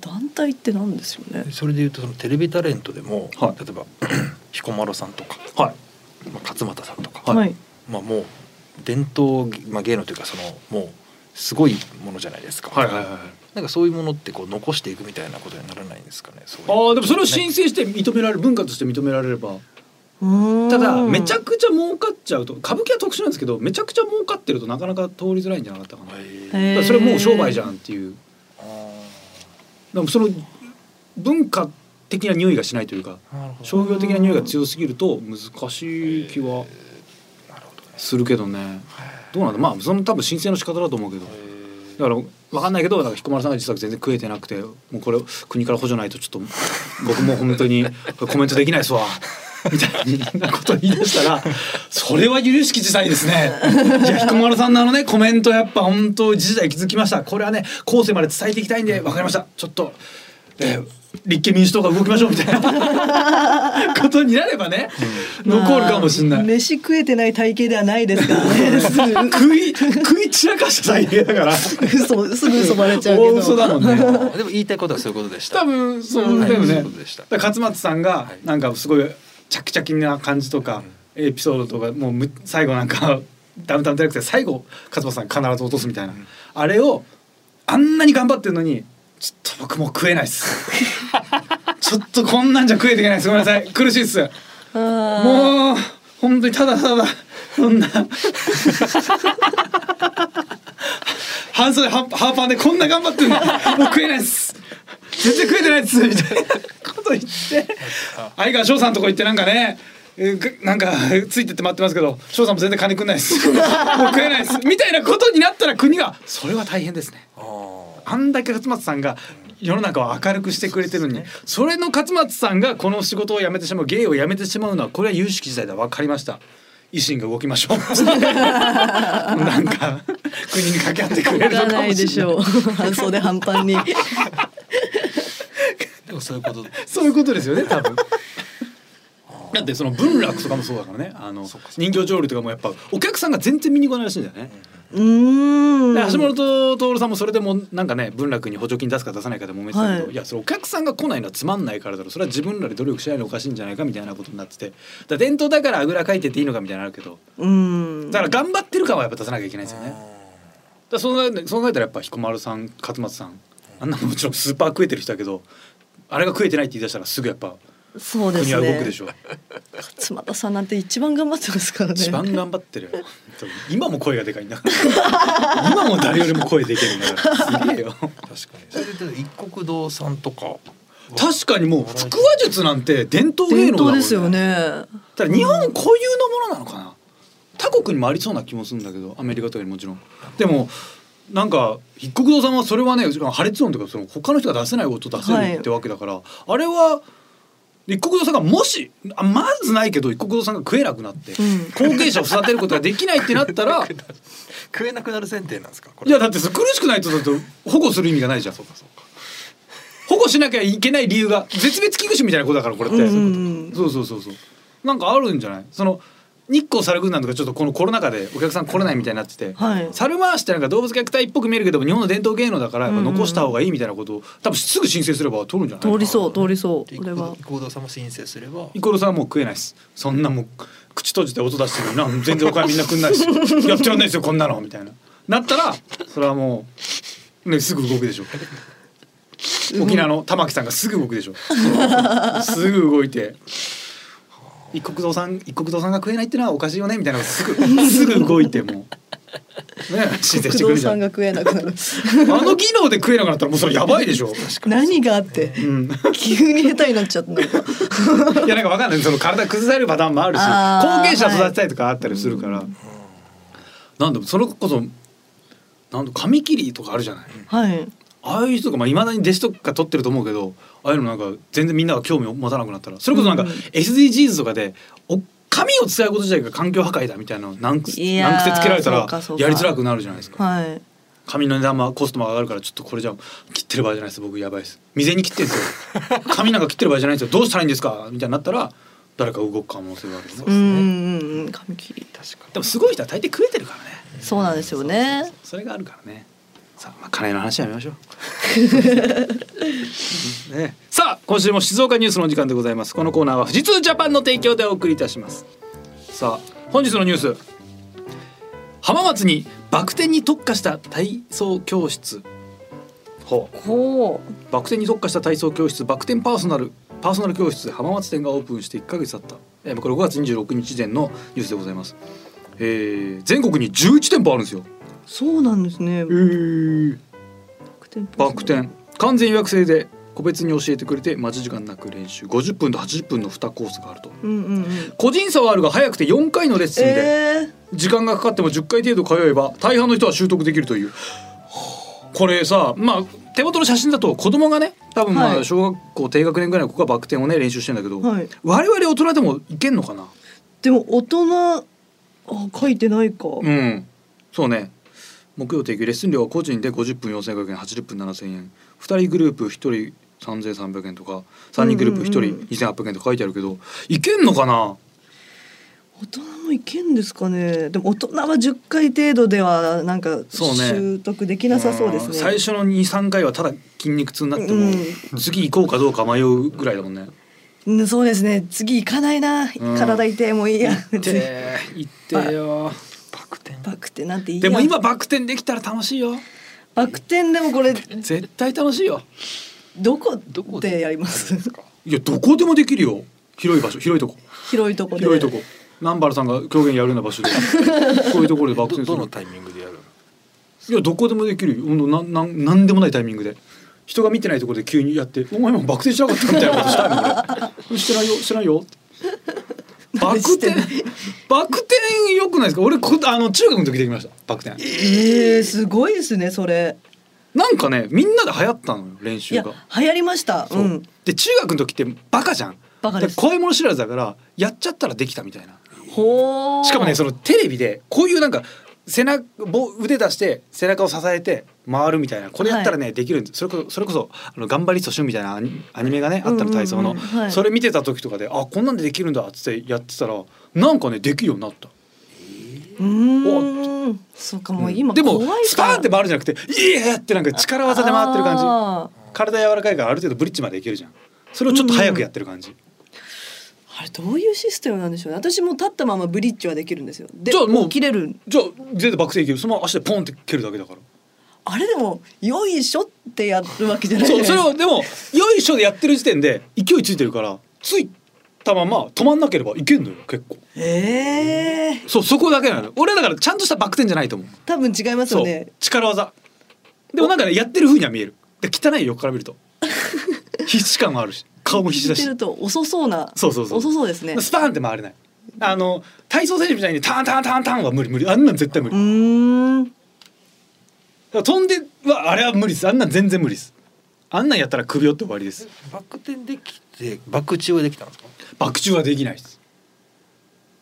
団体ってなんですよね
それでいうとそのテレビタレントでも、
はい
例えば 彦摩呂さんとか、
はい
まあ、勝俣さんとか、
はい
はい
まあ、もう伝統、まあ、芸能というかそのもうすごいものじゃないですか、
はいはいはいはい
なんかそういうものってこう残していくみたいなことにならないんですかねそういう
ああでもそれを申請して認められる文化として認められればた
た
だめちゃくちゃ儲かっちゃうと歌舞伎は特殊なんですけどめちゃくちゃ儲かってるとなかなか通りづらいんじゃなかったかな、
へ
へ
え
だからそれはもう商売じゃんっていう
あー
でもその文化的な匂いがしないというか
なるほど
商業的な匂いが強すぎると難しい気は
なるほどね
するけどねどうなんだまあその多分申請の仕方だと思うけどだから分かんないけどなんか彦摩呂さんが実は全然食えてなくてもうこれ国から補助ないとちょっと僕も本当にこれコメントできないですわみたいなこと言い出したらそれは許しき事態ですねいや彦摩呂さんのあのねコメントやっぱ本当時代気づきましたこれはね後世まで伝えていきたいんで分かりましたちょっと、えー立憲民主党が動きましょうみたいなことになればね、残るかもしれない、
まあ飯食えてない体型ではないですか らねす
食い食い散らかした体型だから
ぐ嘘すぐ嘘バレ ちゃうけ
大
ど
嘘だもんね
でも言いたいことはそういうことでした
多分そうだよ
は
ね、
いそうでした
だから勝松さんが
はい
なんかすごいチャキチャキな感じとか、エピソードとかもうむ最後なんかダウンタウンディレクター最後勝松さん必ず落とすみたいな、あれをあんなに頑張ってるのにちょっと僕もう食えないっ すちょっとこんなんじゃ食えていけないですごめんなさい苦しいっす
あ
もう本当にただただそんな半袖ハーハーパンでこんな頑張ってる のもう食えないっす全然食えてないっすみたいなこと言って相川翔さんとこ行ってなんかねえーぐなんかついてって待ってますけど翔さんも全然金くんないっすもう食えないっすみたいなことになったら国がそれは大変ですね
あー
あんだけ勝松さんが世の中を明るくしてくれてるのにそれの勝松さんがこの仕事を辞めてしまう芸を辞めてしまうのはこれは有識時代だ分かりました維新が動きま しょうなんか国に掛け合ってくれるの
が
か
な
も
いで
し
し
れない
ょう半袖半パンに
でもそういうこと
そういうことですよね多分 だってその文楽とかもそうだからねあの人形浄瑠璃とかもやっぱお客さんが全然見に来ないらしいんだよね、
うーん
で橋本徹さんもそれでもなんかね文楽に補助金出すか出さないかで揉めてたけど、、
はいい
やそれお客さんが来ないのはつまんないからだろそれは自分らで努力しないのおかしいんじゃないかみたいなことになっててだから伝統だからあぐらかいてっていいのかみたいなのあるけど
うん
だから頑張ってる感はやっぱ出さなきゃいけないですよね。だか
で
らそうなそう考えたらやっぱ彦摩呂さん勝松さんあんなもちろんスーパー食えてる人だけどあれが食えてないって言い出したらすぐやっぱ
そうです
国
ね
は動くでしょう。
妻田さんなんて一番頑張ってますからね
一番頑張ってるよ。本 当に今も声がでかいんだから。今も誰よりも声でけえんだから。すげえよ。
す確かにそれで一国堂さんとか
確かにもう腹話術なんて伝統芸
伝
能だもん
統
ね
ですよね
ただ日本固有のものなのかな他国にもありそうな気もするんだけどアメリカとかにもちろんでもなんか一国堂さんはそれはね破裂音とかその他の人が出せない音出せるってわけだから、あれは一国堂さんがもしあまずないけど一国堂さんが食えなくなって、
ん
後継者を育てることができないってなった らい
食えなくなる前提なんですかこれ
やだってそれ苦しくないとだと保護する意味がないじゃん
そうかそうか
保護しなきゃいけない理由が絶滅危惧種みたいなことだからこれって、
うん
そうそうそうそうなんかあるんじゃないその日光猿軍団とかちょっとこのコロナ禍でお客さん来れないみたいになってて、
はい
猿回しってなんか動物虐待っぽく見えるけども日本の伝統芸能だからやっぱ残した方がいいみたいなことを多分すぐ申請すれば通るんじゃないかな
通りそう通りそう
で一
これ
国
は
堂一国堂さんも申請すれば
イコロさんはもう食えないですそんなもう口閉じて音出してるのにな全然お金みんなくんない しやってらんないですよこんなのみたいななったらそれはもう、ね、すぐ動くでしょ沖縄の玉木さんがすぐ動くでしょすぐ動いて一国堂さん一国堂さんが食えないってのはおかしいよねみたいなのがすぐすぐ動いてもうね申請してくれ
工
る
藤
じゃ
さ
ん
んが食えなくなる
あの技能で食えなくなったらもうそれやばいでしょ
何があって
うん
急に下手になっちゃったのか
いやなんかわかんないその体崩れるパターンもあるし
あー
後継者育てたいとかあったりするから、なんでもそれこそなんだ紙切りとかあるじゃない
はい
ああいう人とかまあ、未だに弟子とか取ってると思うけどああいうのなんか全然みんなが興味を持たなくなったらそれこそなんか
うん
SDGs とかでお紙を使うこと自体が環境破壊だみたいなの難癖
いやー
難癖つけられたら
そうかそうか
やりづらくなるじゃないですか
はい
紙の値段もコストも上がるからちょっとこれじゃ切ってる場合じゃないです僕やばいです未然に切ってるんです よ紙なんか切ってる場合じゃないんですよどうしたらいいんですかみたいになったら誰か動く可能性があるよね
うんうんうん髪切り
確か
でもすごい人は大抵食えてるからね
そうなんですよね
それがあるからねさあ、まあ、金の話やめ ましょうねさあ今週も静岡ニュースのお時間でございますこのコーナーは富士通ジャパンの提供でお送りいたしますさあ本日のニュース浜松にバク転に特化した体操教室ほう
ほ
バク転に特化した体操教室バク転パーソナルパーソナル教室浜松店がオープンして1ヶ月経った、えーこれ5月26日前のニュースでございます、えー全国に11店舗あるんですよ
うそうなんですね
バク転完全予約制で個別に教えてくれて待ち時間なく練習50分と80分の2コースがあると
うんうんうん
個人差はあるが早くて4回のレッスンで
え
時間がかかっても10回程度通えば大半の人は習得できるというこれさまあ手元の写真だと子供がね多分ま
は
あ
い
小学校低学年ぐらいの子がバク転をね練習してんだけど、
ー、はい
我々大人でもいけんのかな
でも大人あ書いてないか、
うんそうね木曜提供レッスン料は個人で50分4500円80分7000円2人グループ1人3,300円とか3人グループ1人
うんうんうん
2,800円とか書いてあるけどいけんのかな
大人もいけんですかねでも大人は10回程度ではなんか
そうね
習得できなさそうですね
ん最初の23回はただ筋肉痛になっても、
う
次行こうかどうか迷うぐらいだもんね。
うんそうですね次行かないな、
ん
体痛いもういいや
行って行って よ。
バク転
バク転なんていいや
でも今バク転できたら楽しいよ。
バク転でもこれ
絶対楽しいよ。
どこ
どこ
でやります
やるんですか
いやどこでもできるよ。広い場所広いとこ
広いとこで
広いとこ。南原さんが狂言やるような場所 でそういうところでバク転
ど
す
ど
る
のタイミングでやるの
いやどこでもできるよ。本当なんなんなんでもないタイミングで。人が見てないところで急にやって「お前今バク転しなかった」みたいなことしたいもん俺してないよしてないよってバク転バク転よくないですか俺こあの中学の時できましたバク転
えー、すごいですねそれ
なんかねみんなで流行ったのよ練
い
習
や
が
流行りましたう
そうんで中学の時ってバカじゃん
バカです
だから怖いもの知らずだからやっちゃったらできたみたいな
ほー
しかもねそのテレビでこういうなんか背中ぼ腕出して背中を支えて回るみたいなこれやったらね、できるんですそれこそそれこそあの頑張りそしゅんみたいなアニアニメがねあった
うん
の
うんうん
体操の、
はい
それ見てた時とかであこんなんでできるんだっつってやってたらなんかねできるようになった。
うーんそうかもう今
でも
怖いから
スパーンって回るんじゃなくて「イエー!」ってなんか力技で回ってる感じ
あ
体柔らかいからある程度ブリッジまでいけるじゃんそれをちょっと早くやってる感じ、
ーあれどういうシステムなんでしょうね私も立ったままブリッジはできるんですよで
じゃあもう
起きれる
じゃあ全然バク転いけるそのまま足でポンって蹴るだけだから
あれでもよいしょってやるわけじゃない
そうそれ
を
をでもよいしょでやってる時点で勢いついてるからついたまま止まんなければいけんのよ結構
えー、
そうそこだけなの俺はだからちゃんとしたバク転じゃないと思う
多分違います
そ
よ
う、
ね
力技でもなんかねやってる風には見えるで汚いよ横から見ると 必死感もあるし顔も必死
聞
だ
いて
し
ると遅そうな
そうそうそう
遅そうですね
スパーンって回れないあの体操選手みたいにターンターンターンターンは無理無理あんなん絶対無
う
理
ーん
だから飛んではあれは無理ですあんなん全然無理ですあんなんやったら首折って終わりです
バク転できてバク宙はできたんですか
爆中はできないです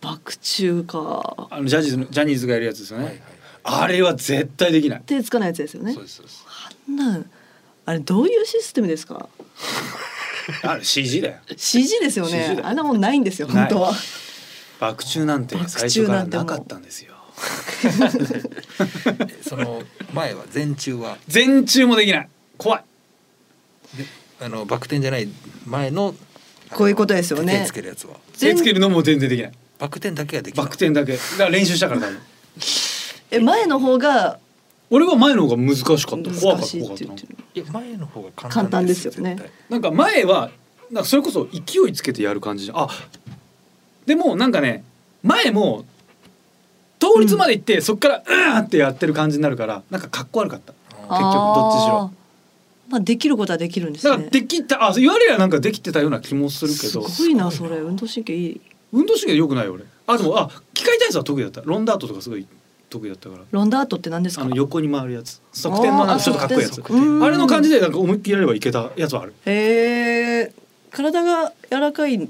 爆中か
あのジャニーズのジャニーズがやるやつですよね、
はいはい
あれは絶対できない
手つかないやつですよね
そうですそうです
あんなんあれどういうシステムですか
あれ CG だよ
CG ですよ
CG だ
ね
よ
あんなもんないんですよ
ない
本当は
爆中なんて
爆
最
中
初か
な
ら
んて
な
もう
かったんですよ
でその前は前中は
全中もできない怖い
であのバク転じゃない前の
こういうことですよね
手つけるやつは
手
全
つけるのも全然できない
バク転だけができた
バク転だけだから練習したから多分
え前の方が
俺は前の方が難しかった怖か
難
った
しい
怖
っ
か
て
っ
言ったてる
いや前の方が簡単
簡単ですよね
絶対
なんか前はなんかそれこそ勢いつけてやる感じじゃんあでもなんかね前も倒立まで行って、そっからうーんってやってる感じになるからなんかかっこ悪かった
あ
結局どっちにしろ
あーまあできることはできるんです
なん
ね
かできたあ言われりゃなんかできてたような気もするけ
す
ど
ごいなそれ運動神経いい
運動神経良くないよ俺あでもあ機械体操は得意だったロンダートとかすごい得意だったから
ロンダートって何ですか
あの横に回るやつ側転のなんかちょっとかっこいいやつ
側
あ
転
うん
れの感じでなんか思いっきりやればいけたやつはある
へえ体が柔らかい
柔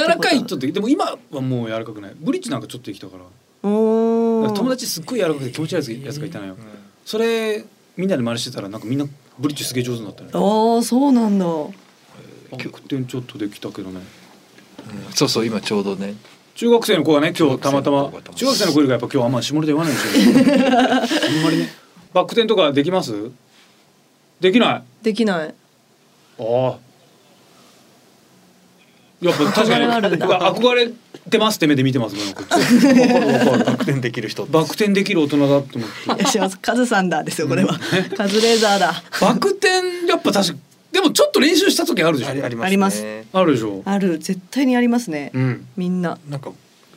らかいちょっとでも今はもう柔らかくないブリッジなんかちょっとできたから
おー
友達すっごい柔らかくて気持ち悪いやつがいたのよそれみんなで真似してたらなんかみんなブリッジすげえ上手になったねあ
ああそうなんだ
逆転ちょっとできたけどね
うんそうそう今ちょうどね
中学生の子がね今日たまたま中
中
学生
学生
の
の
子いるからやっぱ今日あんま下ネタ言わないんですよあんまりねバック転とかできますできないあ
できない
あやっぱ確かに
憧れあるんだ
憧れてますって目で見てますもんこっち
バク転できる人
バック転できる大人だ と思って
いやしますカズさんだですよこれはカズレーザーだ
バック転やっぱ確かでもちょっと練習した時あるでしょ
ありありますね
あります
あるでしょ
ある絶対にありますね
うん
みんな
なんか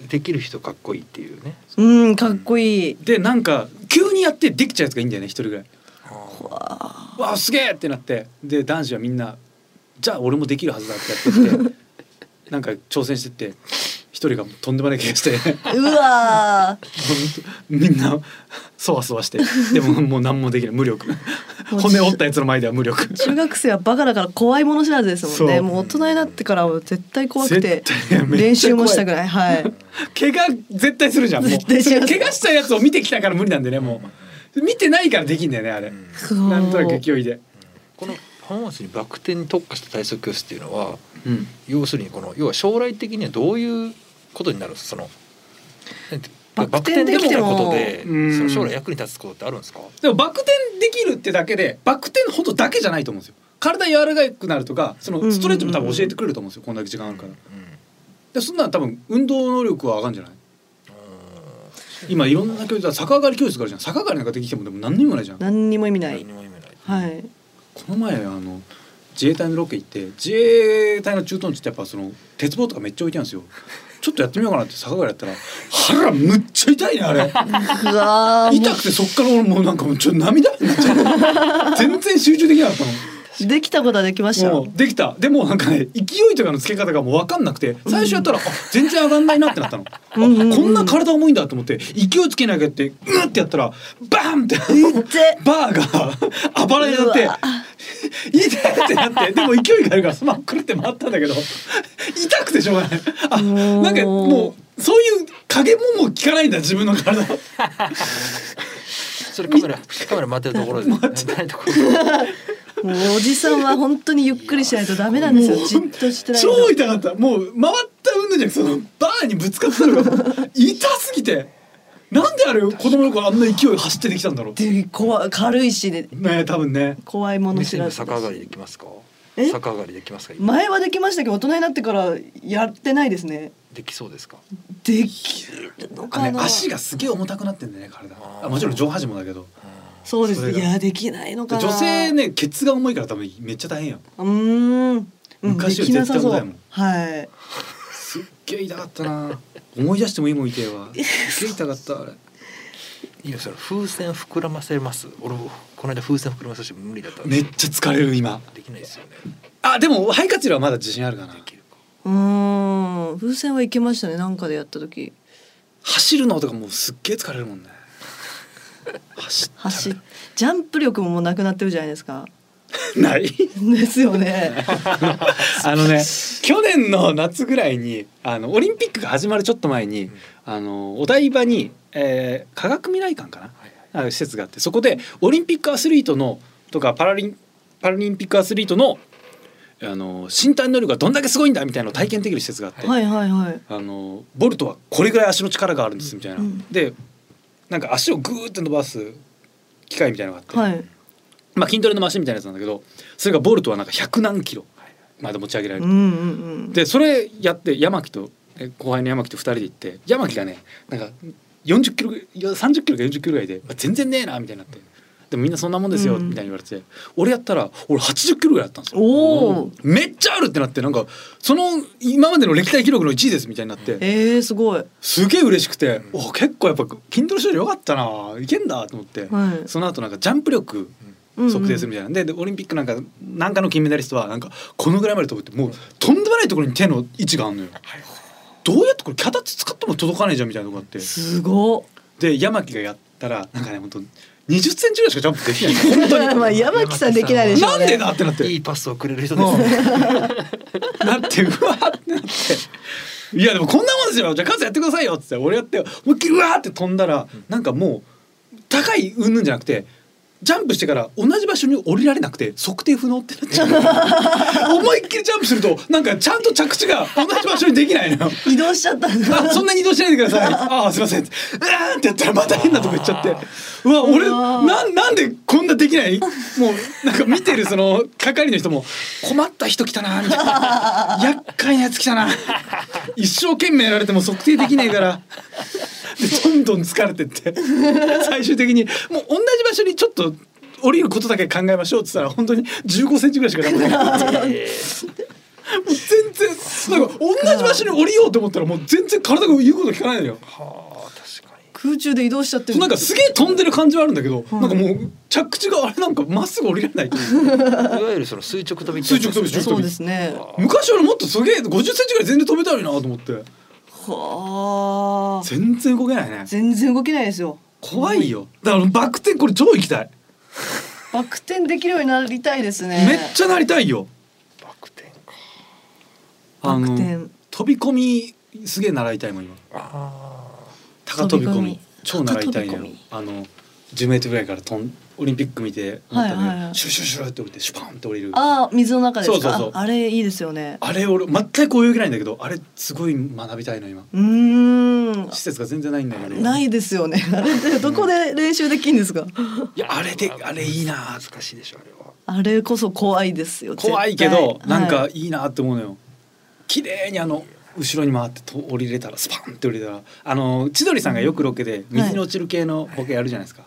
できる人かっこいいっていうね
うんかっこいい
でなんか急にやってできちゃうやつがいいんだよね一人ぐらい
わ
わあすげえってなってで男子はみんなじゃあ俺もできるはずだってや ってってなんか挑戦してって一人がとんでもない気がして
ーうわ
みんなそわそわしてでももう何もできない無力
もう
骨折ったやつの前では無力
ー中学生はバカだから怖いもの知らずですもん
そ
ね
う
もう大人になってからは絶対怖くて
絶対めっちゃ怖い
練習もしたくないはい
怪我絶対するじゃんもう
絶対します
それ怪我したやつを見てきたから無理なんでねもう見てないからできんだよねあれ
ん
なんとなく勢いで
この浜松にバク転に特化した体操教室っていうのは
うん
要するにこの要は将来的にはどういうことになるんですかそのなんて
バク転できても
バク転できたこと
うん
でその将来役に立つことってあるんですか
でもバク転できるってだけでバク転のことだけじゃないと思うんですよ体柔らかくなるとかそ
うんうん
の
うん
ストレートも多分教えてくれると思うんですよこんだけ時間あるから
うん
でそんなの多分運動能力は上がるんじゃない今いろんな教室だ逆上がり教室があるじゃん逆上がりなんかできてもでも何にもないじゃんこ
何にも意味ない
何にも意味ない
はい
の前あの自衛隊のロケ行って自衛隊の駐屯地ってやっぱその鉄棒とかめっちゃ置いてあるんですよちょっとやってみようかなって逆上がりやったら腹むっちゃ痛いねあれ
うわーも
痛くてそっから俺もうなんかもうちょっと涙になっちゃう全然集中できなかったの
うできたことはできました
もうできたでもなんかね勢いとかのつけ方がもう分かんなくて最初やったら、あ全然上がんないなってなったの
うんうんうん
あこんな体重いんだと思って勢いつけなきゃってうってやったらバーンって
うっぜ
バーがあばらになって
うわ
「痛い!」ってなってでも勢いがあるからそのままくるって回ったんだけど痛くてしょうがないあ
もう
なんかもうそういう影もも効かないんだ自分の体
それカメラカメラ待ってるところでないところ
もうおじさんは本当にゆっくりしないとダメなんですよじっとしてないと
超痛かったもう回った運動じゃなくてそのバーにぶつかったのが もう痛すぎてなんであれ子供の頃あんな勢い走ってできたんだろう
で怖い軽いしね
ねえ多分ね
怖 いもの
飯
知
に
ら
も
ず
逆上がりできますか
え
逆上がりできますか
前はできましたけど大人になってからやってないですね
できそうですか
できるのか
ね
な
足がすげえ重たくなってんだよね体
あー
あもちろん上半身もだけど
そうで
そ
す
れ
い
が
やできないのかな
女性ねケツが重いから多分めっちゃ大変やん
うーんうん
昔よ
で
り
きなさ
絶対重
そ
たいうもん
はい
すっげえ痛かったな思い出してもいいもん痛えわすっげえ痛かったあれ
いいよそれ風船膨らませます俺この間風船膨らませして無理だったんで
めっちゃ疲れる今
できないですよね
あでも肺活量はまだ自信あるかな
できるか
うーん風船はいけましたねなんかでやった時
走るのとかもうすっげえ疲れるもんね走っ
走ジャンプ力ももうなくなってるじゃないですか
てない
ですよね
あのね去年の夏ぐらいにあのオリンピックが始まるちょっと前に、
うん
あのお台場に、えー科学未来館かな
はいはい
あの施設があってそこでオリンピックアスリートのとかパラリンパラリンピックアスリートのあの身体能力がどんだけすごいんだみたいなのを体験できる施設があって、
はいはいはい
あのボルトはこれぐらい足の力があるんですみたいな、
うん
でなんか足をグーって伸ばす機械みたいなのがあって、
はい
まあ、筋トレのマシンみたいなやつなんだけどそれがボルトはなんか100何キロまで持ち上げられ
うん
る
う。んうん
でそれやって山木とえ後輩の山木と2人で行って山木がねなんか40キロぐいや30キロか40キロぐらいで「全然ねえな」みたいになって「でもみんなそんなもんですよ」
うん
みたいに言われて俺やったら俺80キロぐらいだったんですよ。
おー
めっちゃあるってなってなんかその今までの歴代記録の1位ですみたいになって
えー、すごい
すげえ嬉しくてお結構やっぱ筋トレしてるよかったないけんだと思って、
はい
その後なんかジャンプ力測定するみたいな、ででオリンピックなんかなんかの金メダリストはなんかこのぐらいまで飛ぶってもうとんでもないところに手の位置があるのよ。どうやってこれ脚立使っても届かないじゃんみたいなとこあって
すご
で山木がやったらなんかね本当20センチぐらいしかジャンプできないの本当
まあ山木さんでき ないで
に
しょ
な
うんね
でだってなって
いいパスをくれる人ですね
うん なってうわーってなっていやでもこんなもんですよじゃあカズやってくださいよっつって俺やって思いっきりうわーって飛んだらなんかもう高い云々じゃなくてジャンプしてから同じ場所に降りられなくて測定不能ってなっち ゃう思いっきりジャンプするとなんかちゃんと着地が同じ場所にできないのよ。
移動しちゃったんだ
あそんなに移動しないでくだ さい。ああすいません。うわーってやったらまた変なとこ行っちゃって。うわ俺
うわー
なんなんでこんなできない？も うなんか見てるその係の人も困った人来たなみたい な。厄介なやつ来たな。一生懸命やられても測定できないから。でどんどん疲れてって最終的にもう同じ場所にちょっと降りることだけ考えましょうって言ったら本当に15センチぐらいしかなくなって。もう全然なんか同じ場所に降りようと思ったらもう全然体が言うこと聞かないのよ。
はあ確かに
空中で移動しちゃってる
なんかすげえ飛んでる感じはあるんだけど、なんかもう着地があれなんかまっすぐ降りられないっていう。
いわゆるその垂直飛び
垂直飛び垂直
そうですね
昔俺もっとすげえ50センチぐらい全然飛べたのになと思って
はあ
全然動けないね
全然動けないですよ
怖いよだからバク転これ超行きたい、
バク転できるようになりたいですね
めっちゃなりたいよ
バク転か
あの
バク転
飛び込みすげえ習いたいもん今
あ
高飛び込み
飛
超
び込み
習いたいの
高
よ
飛び込み
あの10メートルぐらいから飛んオリンピック見て思ったのよ
はいはいはい
シュルシュルシュルって降りてシュパンって降りるあ
ああ水の中です
そ
か
うそうそう
ああれいいですよね
れ俺全く泳げないんだけどあれすごい学びたいの今
うーん
施設が全然ないんだけど
ないですよね あれってどこで練習できるんですか
いやあれであれいいな
難しいでしょあれは
あれこそ怖いですよ
怖いけど
絶対
なん
は
か
い
いいなって思うのよ綺麗にあの後ろに回ってと降りれたらスパンって降りれたらあの千鳥さんがよくロケで水に落ちる系のボケやるじゃないですか、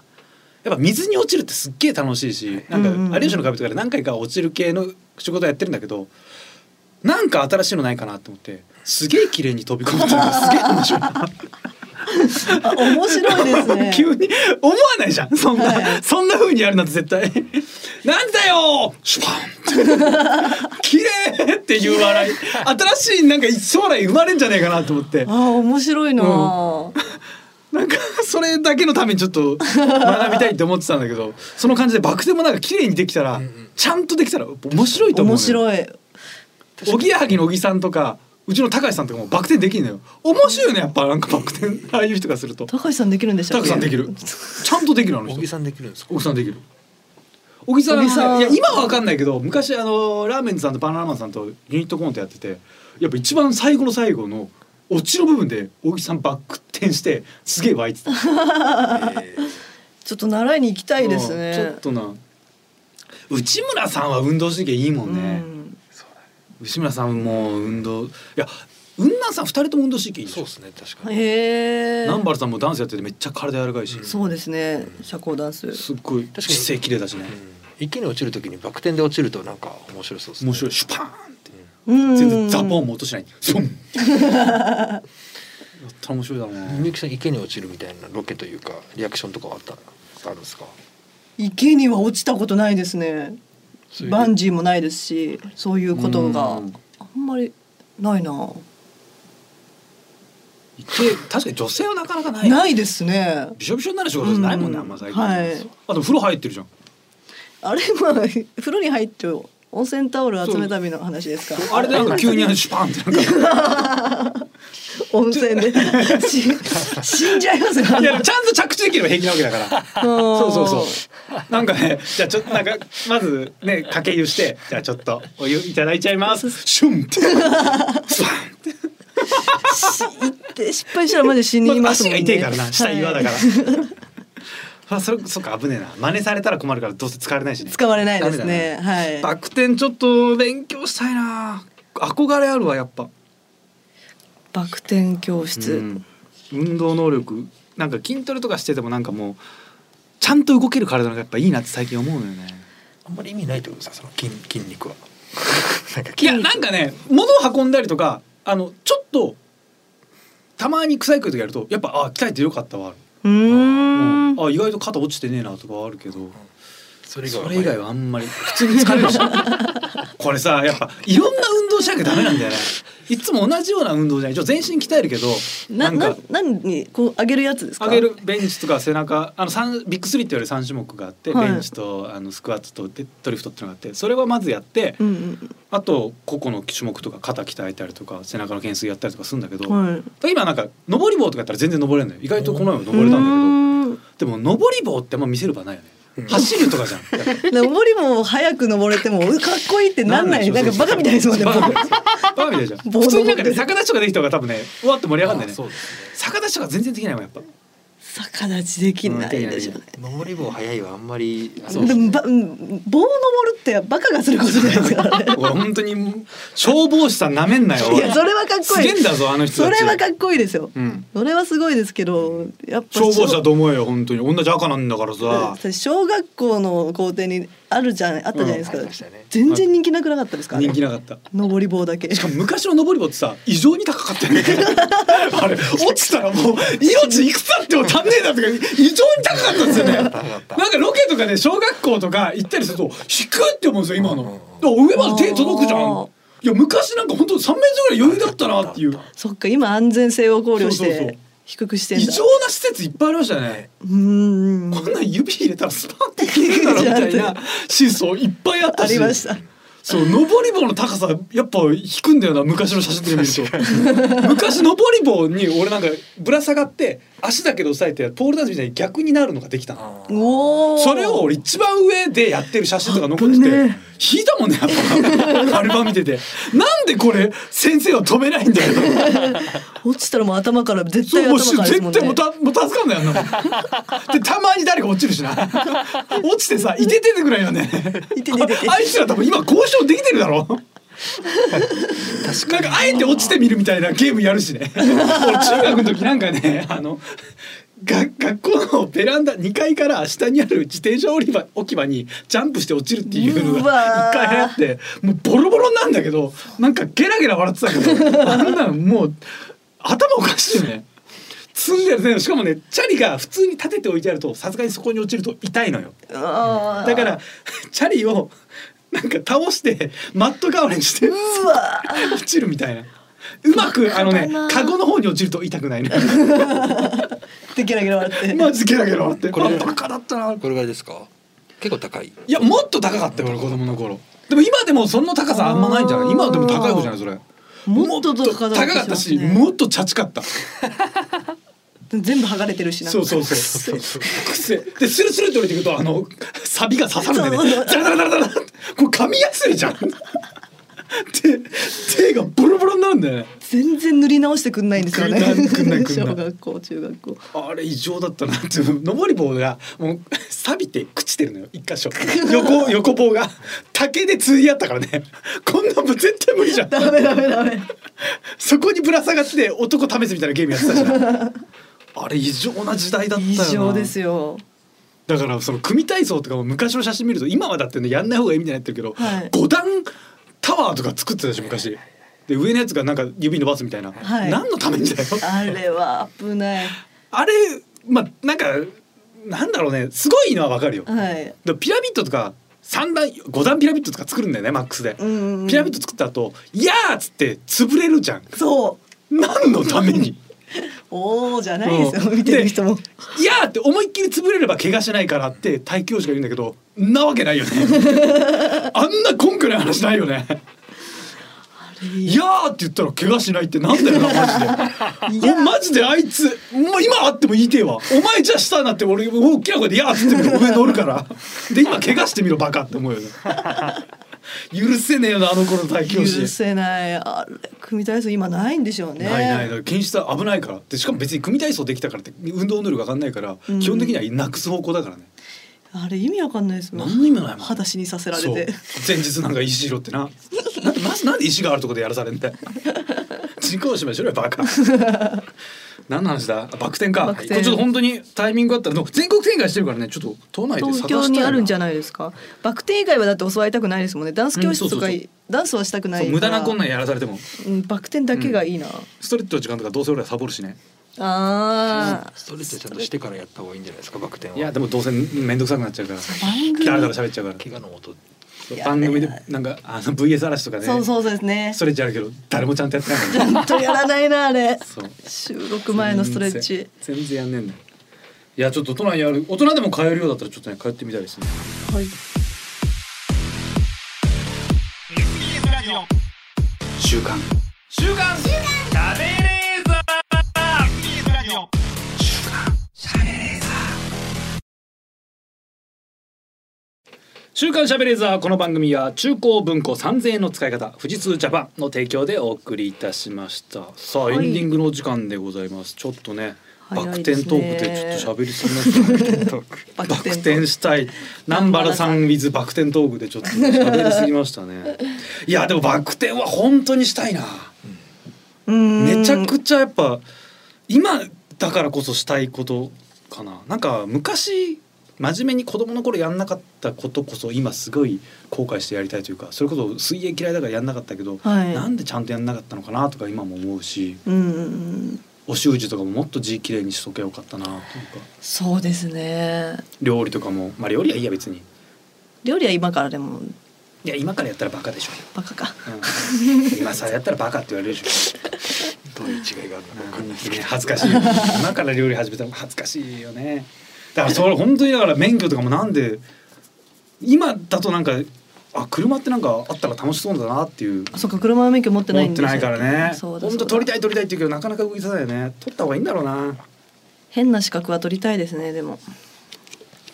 やっぱ水に落ちるってすっげえ楽しいしなん
うんうんうん
か有吉の壁とかで何回か落ちる系の仕事やってるんだけどなんか新しいのないかなと思ってすげえ綺麗に飛び込むっていうのがすげえ面白い
あ面白いですね
急に思わないじゃんそんな、
はい
そんな風にやるなんて絶対 なんだよシュパンって綺麗っていう笑い新しいなんか将来生まれんじゃねえかなと思って
ああ面白いなあ、
なんかそれだけのためにちょっと学びたいって思ってたんだけどその感じでバクでもなんか綺麗にできたら、
んうん
ちゃんとできたら面白いと思う
面
のよ
白い
おぎやはぎの小木さんとかうちの高橋さんとかもバク転できるのよ面白いよねやっぱなんかバク転ああいう人がすると
高橋さんできるんでした
高
っ
橋
け
さんできるちゃんとできるあの人
小木さんできるんですか
小木さんできる小木さん
小木さん
いや今は分かんないけど昔あのラーメンズさんとバナナマンさんとユニットコントやっててやっぱ一番最後の最後のオチの部分で小木さんバック転してすげえ湧いてた
えー
ちょっと習いに行きたいです
う
ね
んちょっとな内村さんは運動神経いいもんね
う、ん
内村さんも運動いや雲南さん二人とも運動神経いいでし
そう
ょ
ですね確かに、
へえ
南原さんもダンスやっててめっちゃ体柔らかいし、
うん
そうですね社交ダンス
すっごい
確かに
姿勢綺麗だしね
うん、池に落ちるときにバク転で落ちるとなんか面白そうですね
面白いシュパーンって
全
全然ザポンも落としない。ゾン。やったら面白いだろうな。
みゆきさん池に落ちるみたいなロケというかリアクションとかはあったあるんですか
池には落ちたことないですね
そういう
バンジーもないですしそういうことがあ
うん
んまりないな、
池確かに女性はなかなかない。
ないですね
びしょびしょになる仕事じゃないもんね、
うん
あんま最近。
はい
あと風呂入ってるじゃん。
あれまあ風呂に入って温泉タオル集めたびの話ですか
あれでなんか急にあのシュパンってなんか。
温泉 でし死んじゃいますよ
いやちゃんと着地できれば平気なわけだから。 そうそうそう。なんかね、じゃあちょっとなんかまずねかけ湯して、じゃあちょっとお湯いただいちゃいます。シュンって。スパンって。
で失敗したらマジ死にま
足
すもん
が
ね
痛いからな下岩だから
は、
あそれそっか危ねえな真似されたら困るからどうせ使われないしね
い使われないです
ダメ
ね
だな
はい
バク転ちょっと勉強したいな憧れあるわやっぱ、
バク転教室、
うん運動能力なんか筋トレとかしててもなんかもうちゃんと動ける体がやっぱいいなって最近思うのよね
あんまり意味ないってことですかその筋筋肉はなんか
い
筋
やなんかね物を運んだりとかあのちょっとたまに臭いことやるとやっぱあ鍛えてよかったわある、
うーん
あ意外と肩落ちてねえなとかはあるけど、
それ以外
そ
は
れ以外はあんまり普通に疲れるし これさやっぱいろんな運動しなきゃダメなんだよねいつも同じような運動じゃない一応全身鍛えるけどな
なんな
か
何にこう上げるやつですか
上げるベンチとか背中あの三ビッグスリーって言われる3種目があって、
はい
ベンチとあのスクワットとデッドリフトってのがあってそれはまずやって、
うんうん
あと個々の種目とか肩鍛えたりとか背中の懸垂やったりとかするんだけど、
はい
今なんか登り棒とかやったら全然登れない意外とこの前も登れたんだ
登
けどでも登り棒ってあんま見せる場ないよね
うん
走るとかじゃんやっ ぱ
れ登りも早く登れてもうかっこいいってなんないなんかバカみたいですもんね
バカみたいバカみたい じゃん。
棒
普通になんかね
棒
逆立ちとかできた方が多分ね、うわって盛り上がるんだよ
あそう
ね。
ですね
逆立ちとか全然できないもんやっぱ。
逆立ちできないでしょうね
登り棒早いはあんまりあの
でもばうん棒登るってバカがすることじゃないですからね
俺本当に消防士さんなめんなよ。お
いやそれはかっこいい
すげえんだぞあの人
そ
たち
れはかっこいいですよ、
うん
それはすごいですけどやっぱ
消防士だと思えよ本当に。同じ赤なんだからさ。
私小学校の校庭にあるじゃんあったじゃないですか、
うんありましたね
全然人気なくなかったですから、ね、
人気なかった。
登り棒だけ
しかも昔の登り棒ってさ異常に高かった よねあれ落ちたらもう命いくつあっても足んねえなとか異常に高かったんですよねなんかロケとかね小学校とか行ったりすると低いって思うんですよ今のだから上まで手届くじゃん
あー
いや昔なんか本当三3メートルぐらい余裕だったなっていう
そっか今安全性を考慮し
そうそうそう
て低くしてんだ
異常な施設いっぱいありましたね
うーん
こんなん指入れたらスパンって消えるだろみたいなシーソーいっぱいあった
あ
し
りました
そう登り棒の高さやっぱ低くんだよな昔の写真で見ると昔登り棒に俺なんかぶら下がって足だけで押さえてポールダンスみたいに逆になるのができたの
あー
おお。
それを俺一番上でやってる写真とか残って
危
て
ね
引いたもんねやっぱアルバム見ててなんでこれ先生は止めないんだよ
落ちたらもう頭から絶
そう
対
もう
頭からです
絶
もんね。
対もうたもう助かんないあんなもんでたまに誰か落ちるしな落ちてさいてててぐらいよね
いてててて
あいつら多分今交渉できてるだろなんかあえて落ちてみるみたいなゲームやるしね俺中学の時なんかねあのが学校のベランダ2階から下にある自転車置き場置き場にジャンプして落ちるっていうの
うわ
が一
ー
回流行ってもうボロボロになんだけどなんかゲラゲラ笑ってたけどあんなのもう頭おかしいよね。積んでるねしかもねチャリが普通に立てて置いてあるとさすがにそこに落ちると痛いのよ
あー
だからチャリをなんか倒してマット代わりにして
うわー。
落ちるみたいなうまくあのね
な
カゴの方に落ちると痛く ないね
ってゲラゲラ笑って。
マジゲラゲラ笑って
これ
あバカだったな
これぐらいですか結構高い
いやもっと高かったよ俺子供の頃でも今でもその高さあんまないんじゃない今でも高い方じゃないそれ
もっと高かった
もっとかったし
ね
もっとチャチかった
全部剥がれてるしな。
そうそうそう。くせでスルスルって降りてくるとあのサビが刺さるんでね。
そう
ザラザラザラザラってこれ噛みやすいじゃん。で手がボロボロになるんだよね。
全然塗り直してくんないんですよね。
くんないくんないくんない
小学校中学校。
あれ異常だったなって登り棒がもう錆びて朽ちてるのよ一箇所横横棒が竹で釣り合ったからねこんなもん絶対無理じゃん
ダメダメダメ。
そこにぶら下がって男試すみたいなゲームやってたじゃ んあれ異常な時代だったよ
異
な
常ですよ。
だからその組体操とかも昔の写真見ると今はだってねやんない方がいいみたいになってるけど、
はい
五段タワーとか作ってたし昔で上のやつがなんか指伸ばすみたいな、
はい
何のためにだよ
あれは危ない。
あれまあなんかなんだろうねすごいのはわかるよ、
はい。
でもピラミッドとか三段五段ピラミッドとか作るんだよねマックスで、
うんうん
ピラミッド作った後いやー!」っつって潰れるじゃん
そう。
何のために
おおじゃないですよ。
うん
見てる人も。
いやーって思いっきり潰れれば怪我しないからって体教師が言うんだけどなわけ ないよねあんな根拠ない話ないよねいやーって言ったら怪我しないってなんだよなマジでおマジであいつもう今あっても言いてえわお前じゃしたなって俺大きな声で「いやー」っつってみろ上乗るからで今怪我してみろバカって思うよね許せねえよなあの頃の体教師
許せない。あれ組体操今ないんでしょうね。
ないないない検出は危ないからでしかも別に組体操できたからって運動能力上がんないから、
うん
基本的にはなくす方向だからね
あれ意味わかんないですもん。
何の意味もないもん
裸足にさせられ
そう
て。
前日なんか石拾って ななんでまずなんで石があるとこでやらされんだよ人工芝居しろよバ カ何の話だあバク転か
バク転
これちょっと本当にタイミングあったらでも全国展開してるからねちょっと都内で探し
東
たい
京にあるんじゃ
ない
ないですか。バク転以外はだって教わりたくないですもんね。ダンス教室とか
うんそうそうそ
ダンスはしたくない
そう
から。
無駄なこんなんやらされても
うんバク転だけがいいな。
ストレッチの時間とかどうせ俺らサボるしね
ああ。
ストレッチはちゃんとしてからやった方がいいんじゃないですかバク転はい
やでもどうせ面倒くさくなっちゃうから
番組
だらだら喋っちゃうから
怪我の音
番組でなんかあの VS 嵐とかね
そうそうですね
ス。トレッチあるけど誰もちゃんとやってないからね
ちゃんとやらないなあ れ。
そう
収録前のストレッチ。
全然全然やんねえんだよいやちょっと都内にある大人でも通えるようだったらちょっとね通ってみたいですね
はい。
週刊
週刊しゃべれーザーこの番組は中高文庫三千円の使い方富士通ジャパンの提供でお送りいたしましたさあ、
はい
エンディングのお時間でございますちょっとねバ
早
ク
い
転
ですね
トークでちょっと喋りすぎましたね
バ
バク転したい南原さん with バク転トークでちょっと喋りすぎましたねいやでもバク転は本当にしたいな
め
めちゃくちゃやっぱ今だからこそしたいことかななんか昔真面目に子供の頃やんなかったことこそ今すごい後悔してやりたいというかそれこそ水泳嫌いだからやんなかったけど、
はい
なんでちゃんとやんなかったのかなとか今も思うし
うんうんうん
お習字とかももっと字きれいにしとけばよかったなというか
そうですね
料理とかもまあ料理はいいや別に
料理は今からでも
いや今からやったらバカでしょ、
バカか
うん今さやったらバカって言われるでしょ
どういう違いがあるのか分かんないですけ
ね
ど
恥ずかしい今から料理始めたら恥ずかしいよねだからそれ本当にだから免許とかもなんで今だとなんかあ車ってなんかあったら楽しそうだなっていう
あそっか車の免許持ってない
持
ん
っ
で
てないからね
そう
本
だそう
当
だ
取りたい取りたいって言うけどなかなか動きさないよね取った方がいいんだろうな
変な資格は取りたいですねでも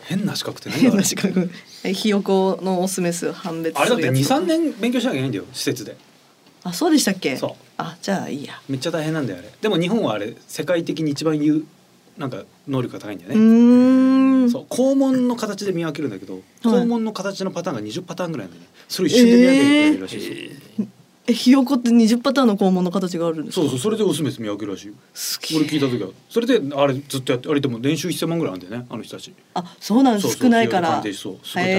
変な資格って何だ
変
ろう
な資格 えひよこのオスメス判別
あれだ
す
っ
る
て
やつ
二三年勉強しなきゃいけないんだよ施設で
あそうでしたっけ
そう
あじゃあいいや、
めっちゃ大変なんだよあれでも日本はあれ世界的に一番言うなんか能力が高いんだよ
う
ね、
ーん
そう肛門の形で見分けるんだけど、肛門の形のパターンが20パターンぐらいなんだよねそれ一瞬で見分けられるらしいですよ、
えひよこって20パターンの肛門の形があるんですか
そうそうそれでオスメス見分けるらしいよ
すげえ
俺聞いた時はそれであれずっとやってあれでも年収1000万ぐらいあるんだよねあの人たち
あそうなんです
そうそう
少ないから
ひよこ鑑定士そうすごい大
へ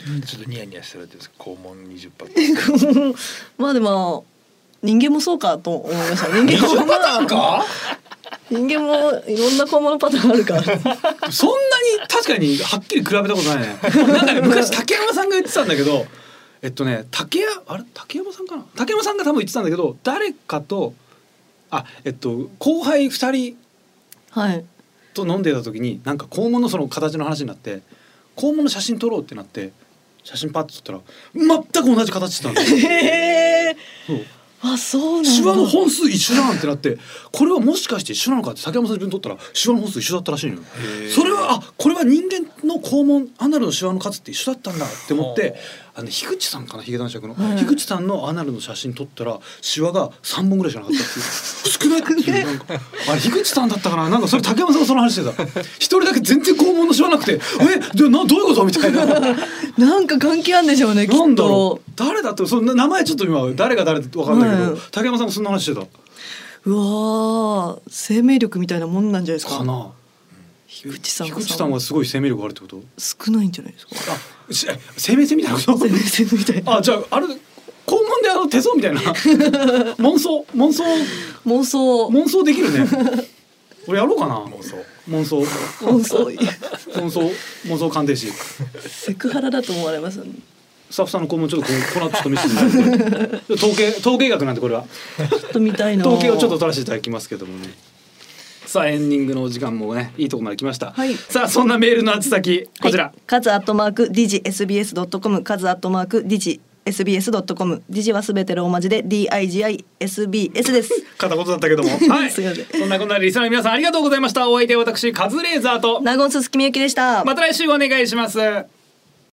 え
ちょっとニヤニヤしてるんです肛門20パッ
まあでも人間もそうかと思いました人間も
か
人間もいろんな肛門のパターンあるから
そんなに確かにはっきり比べたことないね。なん かね昔竹山さんが言ってたんだけど、えっとね竹やあれ竹山さんかな竹山さんが多分言ってたんだけど誰かとあえっと後輩二人
はい
と飲んでた時になんか肛門のその形の話になって肛門の写真撮ろうってなって写真パッと撮ったら全く同じ形してたんですよ。
へえ
そう
あそうなんだ
シワの本数一緒なんってなってこれはもしかして一緒なのかって竹山さん自分で取ったらシワの本数一緒だったらしいのよ
ー
それはあこれは人間の肛門アナルのシワの数って一緒だったんだって思ってあの樋口さんかなヒゲ男爵の、
はい
樋口さんのアナルの写真撮ったらシワが3本ぐらいしかなかった っていう少ないっていうなんかあれ樋口さんだったかななんかそれ竹山さんがその話してた一人だけ全然肛門のシワなく てえでなどういうことみたいな。
なんか関係あるんでしょうねきっと
なんだろう誰だってその名前ちょっと今誰が誰だって分かんないけど、
うん
竹山さんがそんな話してた。
うわー生命力みたいなもんなんじゃないですか
かな。
樋口さん
菊池さんはすごい生命力があるってこと。
少ないんじゃないですか
あ、し生命線みたいなこと
生。命線みたいな
あ、じゃああれ肛門であの手相みたいな 妄想妄想
妄想
妄想できるね。俺やろうかな。
妄想
妄想
妄想
妄想妄想鑑定士。
セクハラだと思われますよね
スタッフさんの肛門ちょっとこうこの後ちょっと見せてもらって。 統計統計学なんでこれは
ちょっと見たいな
統計をちょっと取らせていただきますけどもね。さあエンディングのお時間もねいいとこまで来ました。
はい
さあそんなメールの宛先こちら。
はい、カズアットマークディジ SBS ドットコムカズアットマークディジ SBS ドットコムディジはすべてローマ字で D I G I S B S です。
片言だったけども。 はい。
すいません
そんなこんなでリスナーの皆さんありがとうございました。お相手は私カズレーザーと。
ナゴンススキミユキでした。
また来週お願いします。